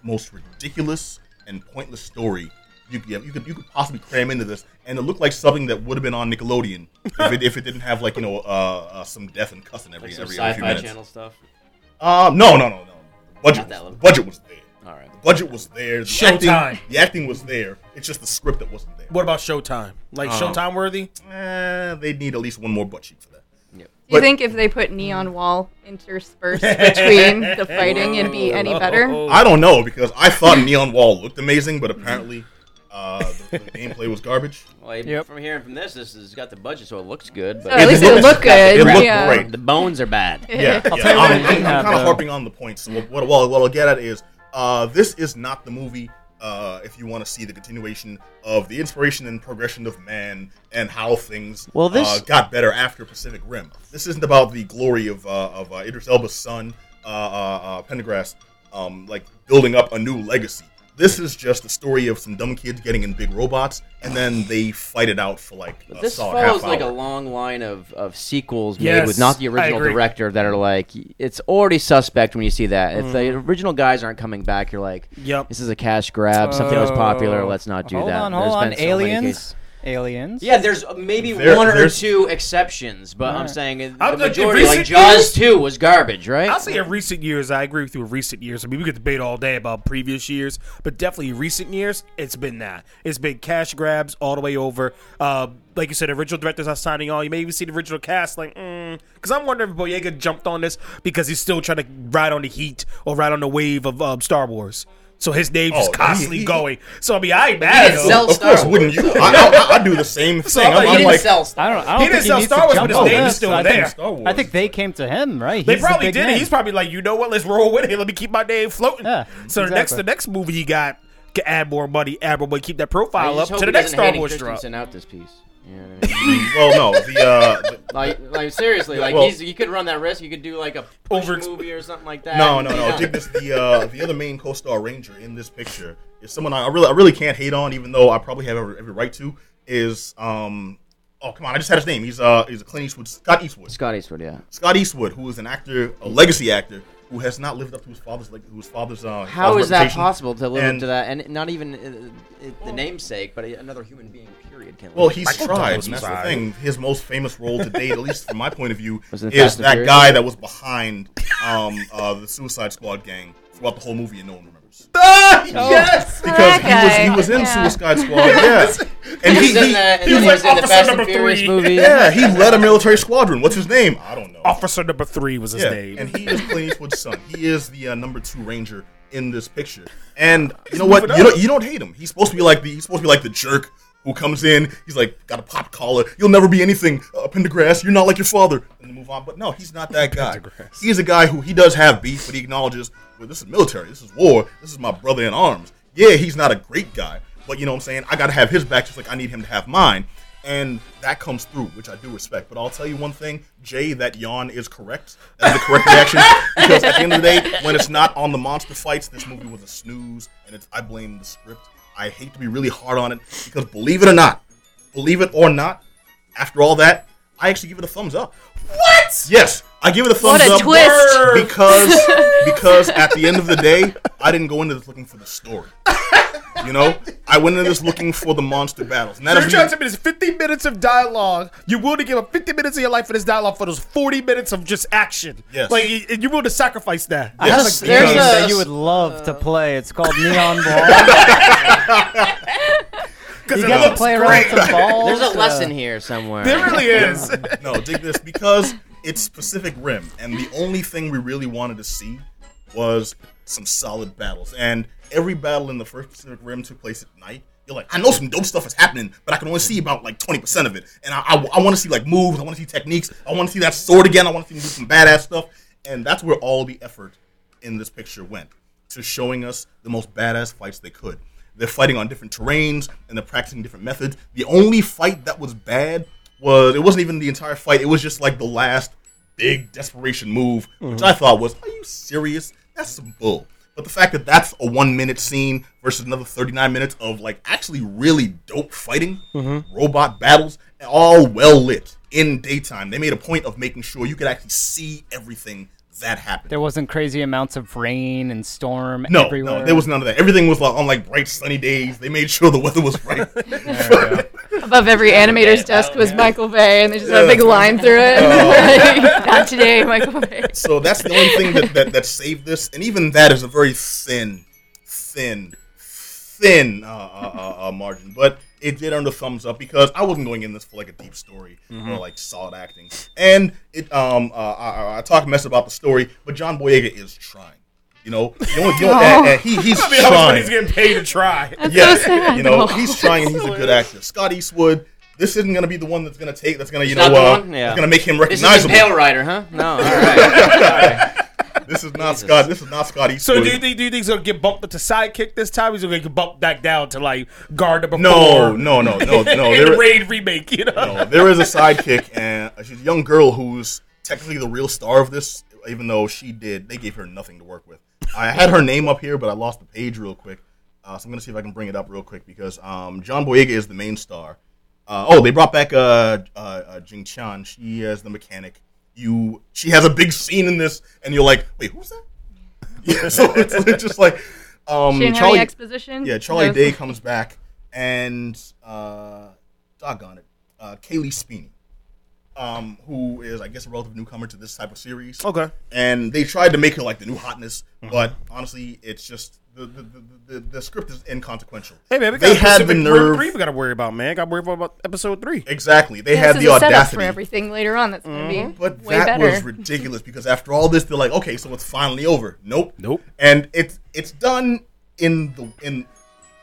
most ridiculous and pointless story you could, you could you could possibly cram into this, and it looked like something that would have been on Nickelodeon if it, if it didn't have like you know uh, uh, some death and cussing every every, every few minutes.
stuff.
Um, no, no, no, no. The budget,
Not
was,
that one.
the budget was there.
All right.
The budget was there. The
Showtime.
Acting, the acting was there. It's just the script that wasn't there.
What about Showtime? Like
Uh-huh.
Showtime worthy?
Eh, they'd need at least one more butt cheek for that.
Do you
But-
think if they put neon wall
<laughs>
interspersed between the fighting, it'd be any better?
I don't know because I thought Neon Wall looked amazing, but apparently uh, the, the gameplay was garbage.
Well,
Yep.
from here and from this, this has got the budget, so Oh, it looks good.
So
<laughs>
at least
looked-
it looked good.
it looked
yeah.
great.
The bones are bad.
<laughs> yeah, yeah.
tell you what I
I'm,
didn't have,
kind
though.
of harping on the points. So what, what, what, what I'll get at is uh, this is not the movie. Uh, if you want to see the continuation of the inspiration and progression of man and how things
Well, this-
uh, got better after Pacific Rim, this isn't about the glory of uh, of uh, Idris Elba's son, uh, uh, uh, Pendergrass, um, like building up a new legacy. This is just the story of some dumb kids getting in big robots, and then they fight it out for like a
This
solid half
follows
hour.
like a long line of, of sequels made
Yes,
with not the
I
original
agree.
director that are like it's already suspect when you see that. If the original guys aren't coming back, you're like,
Mm-hmm. Yep.
this is a cash grab. Something was popular.
Oh.
Let's not do
hold
that."
on, hold
There's
on.
been so many cases.
aliens, aliens.
Yeah, there's maybe
There-
one or
there's-
two exceptions, but I'm
Alright.
saying the
I'm thinking
majority, like
recent
Jaws two, was garbage, right?
I'll say in recent years, I agree with you. In recent years, I mean, we could debate all day about previous years, but definitely in recent years, it's been that. It's been cash grabs all the way over. Uh, like you said, original directors are signing on. You may even see the original cast, like, because I'm wondering if Boyega jumped on this because he's still trying to ride on the heat or ride on the wave of um, Star Wars. So his name's
Oh,
just constantly
he- he-
going. So I mean, I ain't mad.
didn't
at him.
sell-
of
Star
course, wouldn't you?
Wars.
I, I, I do the
<laughs>
same thing.
I'm
I'm,
like,
I'm
you
like,
I don't. I don't
He
think
didn't
he
sell
needs
Star
to
Wars, but
jump
his
on
name is
this.
still
I
there.
Think,
Star Wars.
I think they came to him, right?
They
He's the
probably
big
did
man.
it. He's probably like, you know what? Let's roll with it. Let me keep my name floating.
Yeah,
so the next
exactly.
the next movie he got can add more money, add more money, keep that
I
profile up
just hope
to the
he
next
doesn't
Star
Hayden
Wars drop.
Christensen out this piece. You know what I mean?
well, no, the, uh, the
like, like seriously, like
Well-
he's, you could run that risk. You could do like a push
Overexp-
movie or something like that.
No, no, no. Dig this. The uh, the other main co-star ranger in this picture is someone I really, I really can't hate on, even though I probably have every, every right to. Is um, oh come on, I just had his name. He's uh, he's a Clint Eastwood, Scott Eastwood,
Scott Eastwood, yeah.
Scott Eastwood, who is an actor, a legacy actor, who has not lived up to his father's, leg- whose father's. Uh, his
How
father's
is that
reputation.
possible to live
And-
up to that? And not even uh, uh, the namesake, but another human being. Period. Can live
Well,
up to
he's
Michael
tried,
Douglas
and that's
tried.
the thing. His most famous role to date, at least from my point of view,
Was in
is
Fast and
that
Furious?
guy that was behind um, uh, the Suicide Squad gang throughout the whole movie, and no one remembers. Oh.
Yes.
because he was
Okay.
he was in
Yeah.
Suicide Squad, yeah, and <laughs>
He
he,
was in
he,
the, and
he
then he
was
was in the
officer
Fast and
number
Furious
three.
movie.
yeah he led a military squadron. What's his name? I don't know.
Officer number three was his
yeah,
name.
and he is Clint Eastwood's son. He is the uh, number two ranger in this picture, and you know what?
Uh, moving
You
up.
don't, you don't hate him. He's supposed to be like the he's supposed to be like the jerk who who comes in. He's like got a pop collar. You'll never be anything, uh, Pendergrass. You're not like your father. And then move on. But no, he's not
<laughs>
that guy. He's a guy who he does have beef, but he acknowledges, well, this is military. This is war. This is my brother in arms. Yeah, he's not a great guy, but you know what I'm saying. I got to have his back just like I need him to have mine. And that comes through, which I do respect. But I'll tell you one thing, Jay, that yawn is correct. That is the correct
<laughs>
reaction. Because at the end of the day, when it's not on the monster fights, this movie was a snooze, and it's I blame the script. I hate to be really hard on it because believe it or not, believe it or not, after all that, I actually give it a thumbs up. What? Yes, I give it a thumbs
What a
up
twist.
because
<laughs>
because at the end of the day, I didn't go into this looking for the story. You know, I went into this looking for the monster battles, and that
You're
doesn't
trying
mean-
to tell me there's 50 minutes of dialogue. You're willing to give up 50 minutes of your life for this dialogue for those 40 minutes of just action.
Yes.
Like, y- and you're willing to sacrifice that.
I have
Yes,
a game
because-
that you would love to play. It's called Neon Ball.
Because
you
it
get
<laughs>
to
looks
play around
great.
with some balls.
There's a
uh,
lesson here somewhere.
There really is.
<laughs>
<laughs>
No, dig this because it's Pacific Rim, and the only thing we really wanted to see was some solid battles. And every battle in the first Pacific Rim took place at night. You're like, I know some dope stuff is happening, but I can only see about like 20% of it. And I, I, want to see like moves, I want to see techniques, I want to see that sword again, I want to see him do some badass stuff. And that's where all the effort in this picture went to showing us the most badass fights they could. They're fighting on different terrains and they're practicing different methods. The only fight that was bad was it wasn't even the entire fight. It was just like the last big desperation move, which I thought was, "Are you serious? That's some bull." But the fact that that's a one minute scene versus another 39 minutes of like actually really dope fighting, robot battles, and all well lit in daytime. They made a point of making sure you could actually see everything that happened.
There wasn't crazy amounts of rain and storm
No,
everywhere.
no, there was none of that. Everything was like on like bright sunny days. They made sure the weather was right.
Above every animator's desk was Michael Bay, and they just had a big line through it.
Oh.
<laughs> Like, Not today, Michael Bay.
so that's the only thing that, that that saved this, and even that is a very thin, thin, thin uh, uh, uh, uh, margin. But it did earn the thumbs up because I wasn't going in this for like a deep story or like solid acting. And it, um, uh, I, I- I talk mess about the story, but John Boyega is trying. You know, you know, you know and- and he, he's
How much money
trying.
he's getting paid to try. <laughs>
Yes, you know he's trying and he's a good actor. Scott Eastwood. This isn't going to be the one that's going to take. That's going to you
It's
know
not
uh,
the one? Yeah.
that's going to make him
This is
recognizable.
Pale Rider, huh? No, all
<laughs>
right.
This is not Scott. This is not Scott Eastwood.
So do you think do you think he's gonna get bumped up to sidekick this time? He's gonna get bumped back down to like guard number
no,
four.
no, no,
<laughs>
no, no.
in the
There,
raid remake, you know.
Oh, no, there is a sidekick and a young girl who's technically the real star of this, even though she did. They gave her nothing to work with. I had her name up here, but I lost the page real quick. Uh, so I'm gonna see if I can bring it up real quick because um, John Boyega is the main star. Uh, oh, they brought back uh, uh, uh, Jing Chan. She is the mechanic. You, she has a big scene in this, and you're like, wait, who's that? <laughs> Yeah, so it's, it's just like um,
She didn't have
Charlie.
any <laughs> exposition.
Yeah, Charlie
No.
Day comes back and uh, doggone it, uh, Kaylee Spini, um, who is I guess a relative newcomer to this type of series.
Okay.
And they tried to make her like the new hotness,
Mm-hmm.
but honestly, it's just the the, the, the the script is inconsequential.
Hey man, we got
they had the
Pacific Rim
nerve.
Three we gotta worry about, man. Gotta worry about episode three.
Exactly, they
Yeah,
had
this
the
is a setup
audacity Mm-hmm.
for everything later on. That's gonna be
But
way
that
<laughs> better.
was ridiculous because after all this, they're like, okay, so it's finally over. Nope.
Nope.
And it's it's done in the in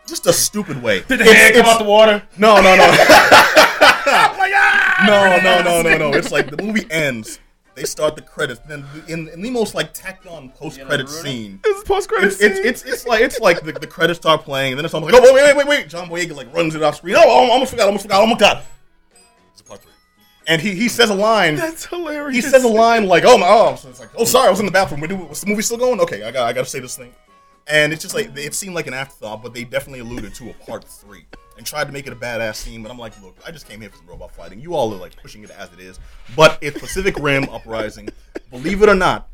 just a stupid way.
Did the
It's-
hand come
it's-
out the water?
No, no, <laughs>
<laughs>
no.
Oh,
no, no, no, no, no. It's like the movie ends. They start the credits, then in, in the most like tacked on post credit scene.
This is post credit
It's, it's it's it's like it's like the, the credits start playing, and then it's almost like, oh wait, wait, wait, wait. John Boyega like runs it off screen. Oh, I almost forgot, I almost forgot, oh my god. It's part three. And he he says a line.
That's hilarious.
He says a line like, "Oh my, oh," so it's like, "Oh, sorry, I was in the bathroom. When do- was the movie still going? Okay, I got, I got to say this thing." And it's just like it seemed like an afterthought, but they definitely alluded to a part three and tried to make it a badass scene. But I'm like, look, I just came here for some robot fighting. You all are like pushing it as it is, but it's Pacific Rim Uprising. Believe it or not,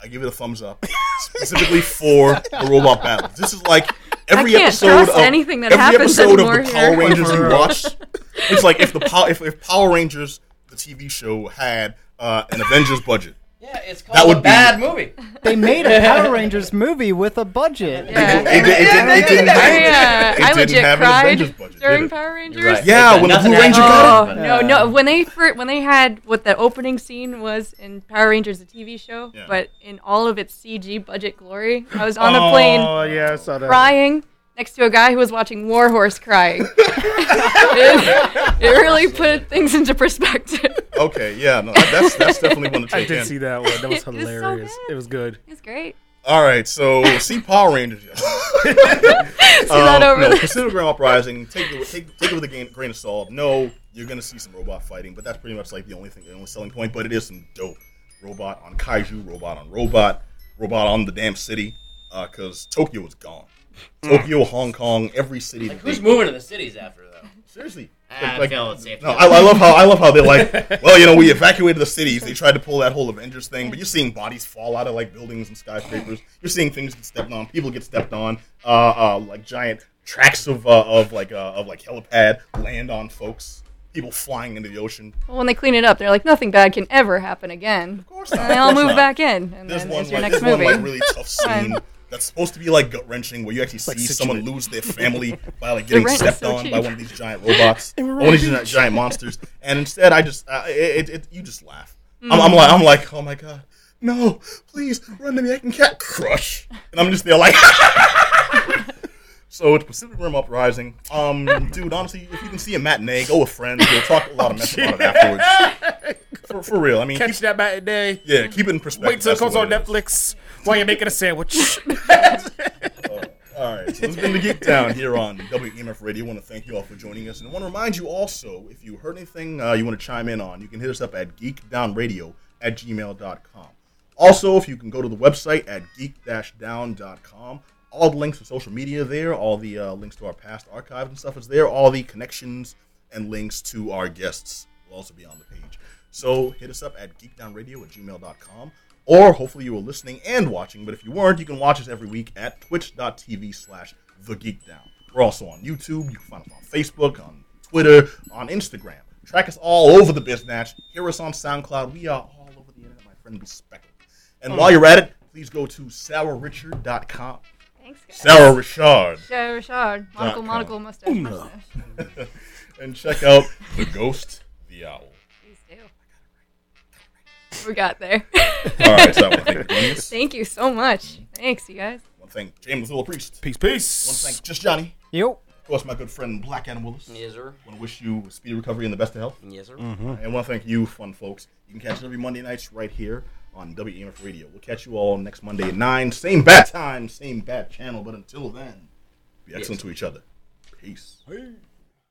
I give it a thumbs up specifically for the robot battles. This is like every
can't
episode
trust
of
anything that
every
happens
episode
anymore
of the Power
here.
Rangers you watch. It's like if the pow- if, if Power Rangers the TV show had uh, an Avengers budget.
yeah, it's called
That would
a
be-
bad movie.
They
<laughs>
made a Power Rangers movie with a budget.
Yeah.
It, it- it didn't- it didn't have-
Yeah,
it
I
didn't
legit
have an Avengers
cried
budget,
during
did it?
Power Rangers.
Right.
Yeah,
Like,
when the
nothing
Blue Ranger
Oh
got
happened.
no, no! When they fir- when they had what the opening scene was in Power Rangers, the TV show,
Yeah. Oh,
but in all of its CG budget glory, I was on a plane
Oh, yeah, I saw that.
crying next to a guy who was watching War
<laughs>
Horse crying. <laughs> it, it really put things into perspective.
Okay, yeah, no, that's that's definitely one to
<laughs> I
take in.
did see that
<laughs>
one. That was
It was so
hilarious.
good.
It was good.
<laughs> It's great.
All right, so see Power Rangers. <laughs>
<laughs>
See
that over
no,
there.
Pacific Rim Uprising. Take it with- take, take it with a gain, grain of salt. No, you're gonna see some robot fighting, but that's pretty much like the only thing, the only selling point. But it is some dope robot on kaiju, robot on robot, robot on the damn city, because Tokyo is gone.
Hmm.
Tokyo, Hong Kong, every city. that
Who's
they-
moving to the cities after though?
Seriously.
I
Like-
feel it's safe.
no, I, I love how I love how
<laughs>
they're like, well, you know, we evacuated the cities. They tried to pull that whole Avengers thing, but you're seeing bodies fall out of like buildings and skyscrapers. You're seeing things get stepped on, people get stepped on, uh, uh like giant tracks of uh, of like uh, of like helipad land on folks, people flying into the ocean.
Well, when they clean it up, they're like, nothing bad can ever happen again.
Of course not.
And they all move back in, and
There's
then
one
there's your
like
next
there's one
movie.
like really
<laughs>
tough scene. That's supposed to be like gut wrenching, where you actually see someone lose their
<laughs>
family by like getting
rent is
stepped
so
on
cheap.
by one of these giant robots, or one of these giant, giant monsters. And instead, I just uh, it, it, it, you just laugh. I'm,
Mm.
I'm like I'm like oh my god, no, please run to me, I can cat crush. And I'm just there like. <laughs> So it's Pacific Rim Uprising. Um, dude, honestly, if you can see a matinee, go with friends. We'll talk a lot of mess
<laughs>
about it afterwards. For, for real, I mean, keep,
Catch that matinee.
yeah, keep it in perspective.
Wait till it
That's
comes
what
on
it is.
Netflix while you're making a
<laughs>
sandwich.
All right, so this has been the Geek Down here on WMF Radio. I want to thank you all for joining us, and I want to remind you also, if you heard anything uh, you want to chime in on, you can hit us up at geekdownradio at gmail.com. Also, if you can go to the website at geek-down.com, all the links to social media there, all the uh, links to our past archives and stuff is there, all the connections and links to our guests will also be on the page. So hit us up at geekdownradio at gmail.com, or hopefully you were listening and watching, but if you weren't, you can watch us every week at twitch.tv slash thegeekdown. We're also on YouTube, you can find us on Facebook, on Twitter, on Instagram. Track us all over the biznatch. Hear us on SoundCloud. We are all over the internet, my friend. Be speckled. And while you're at it, please go to sarahrichard.com.
Thanks, guys.
Sarah Richard.
Joe Richard,
com.
monocle,
Mm.
monocle, mustache, mustache.
And check out The Ghost, The Owl.
Please do. We got there. <laughs>
All right, so I want to thank the audience. I
Thank you so much. Thanks, you guys.
want to thank James Little Priest. I
peace,
want to
peace.
thank Just Johnny.
Yo.
Of course, my good friend Black Adam Willis.
Yes, sir.
I want to wish you a speedy recovery and the best of health.
Yes, sir.
And I want to thank you, fun folks. You can catch us every Monday nights right here on WEMF Radio. We'll catch you all next Monday at 9. Same bat time, same bat channel. But until then, be excellent to each other. Peace.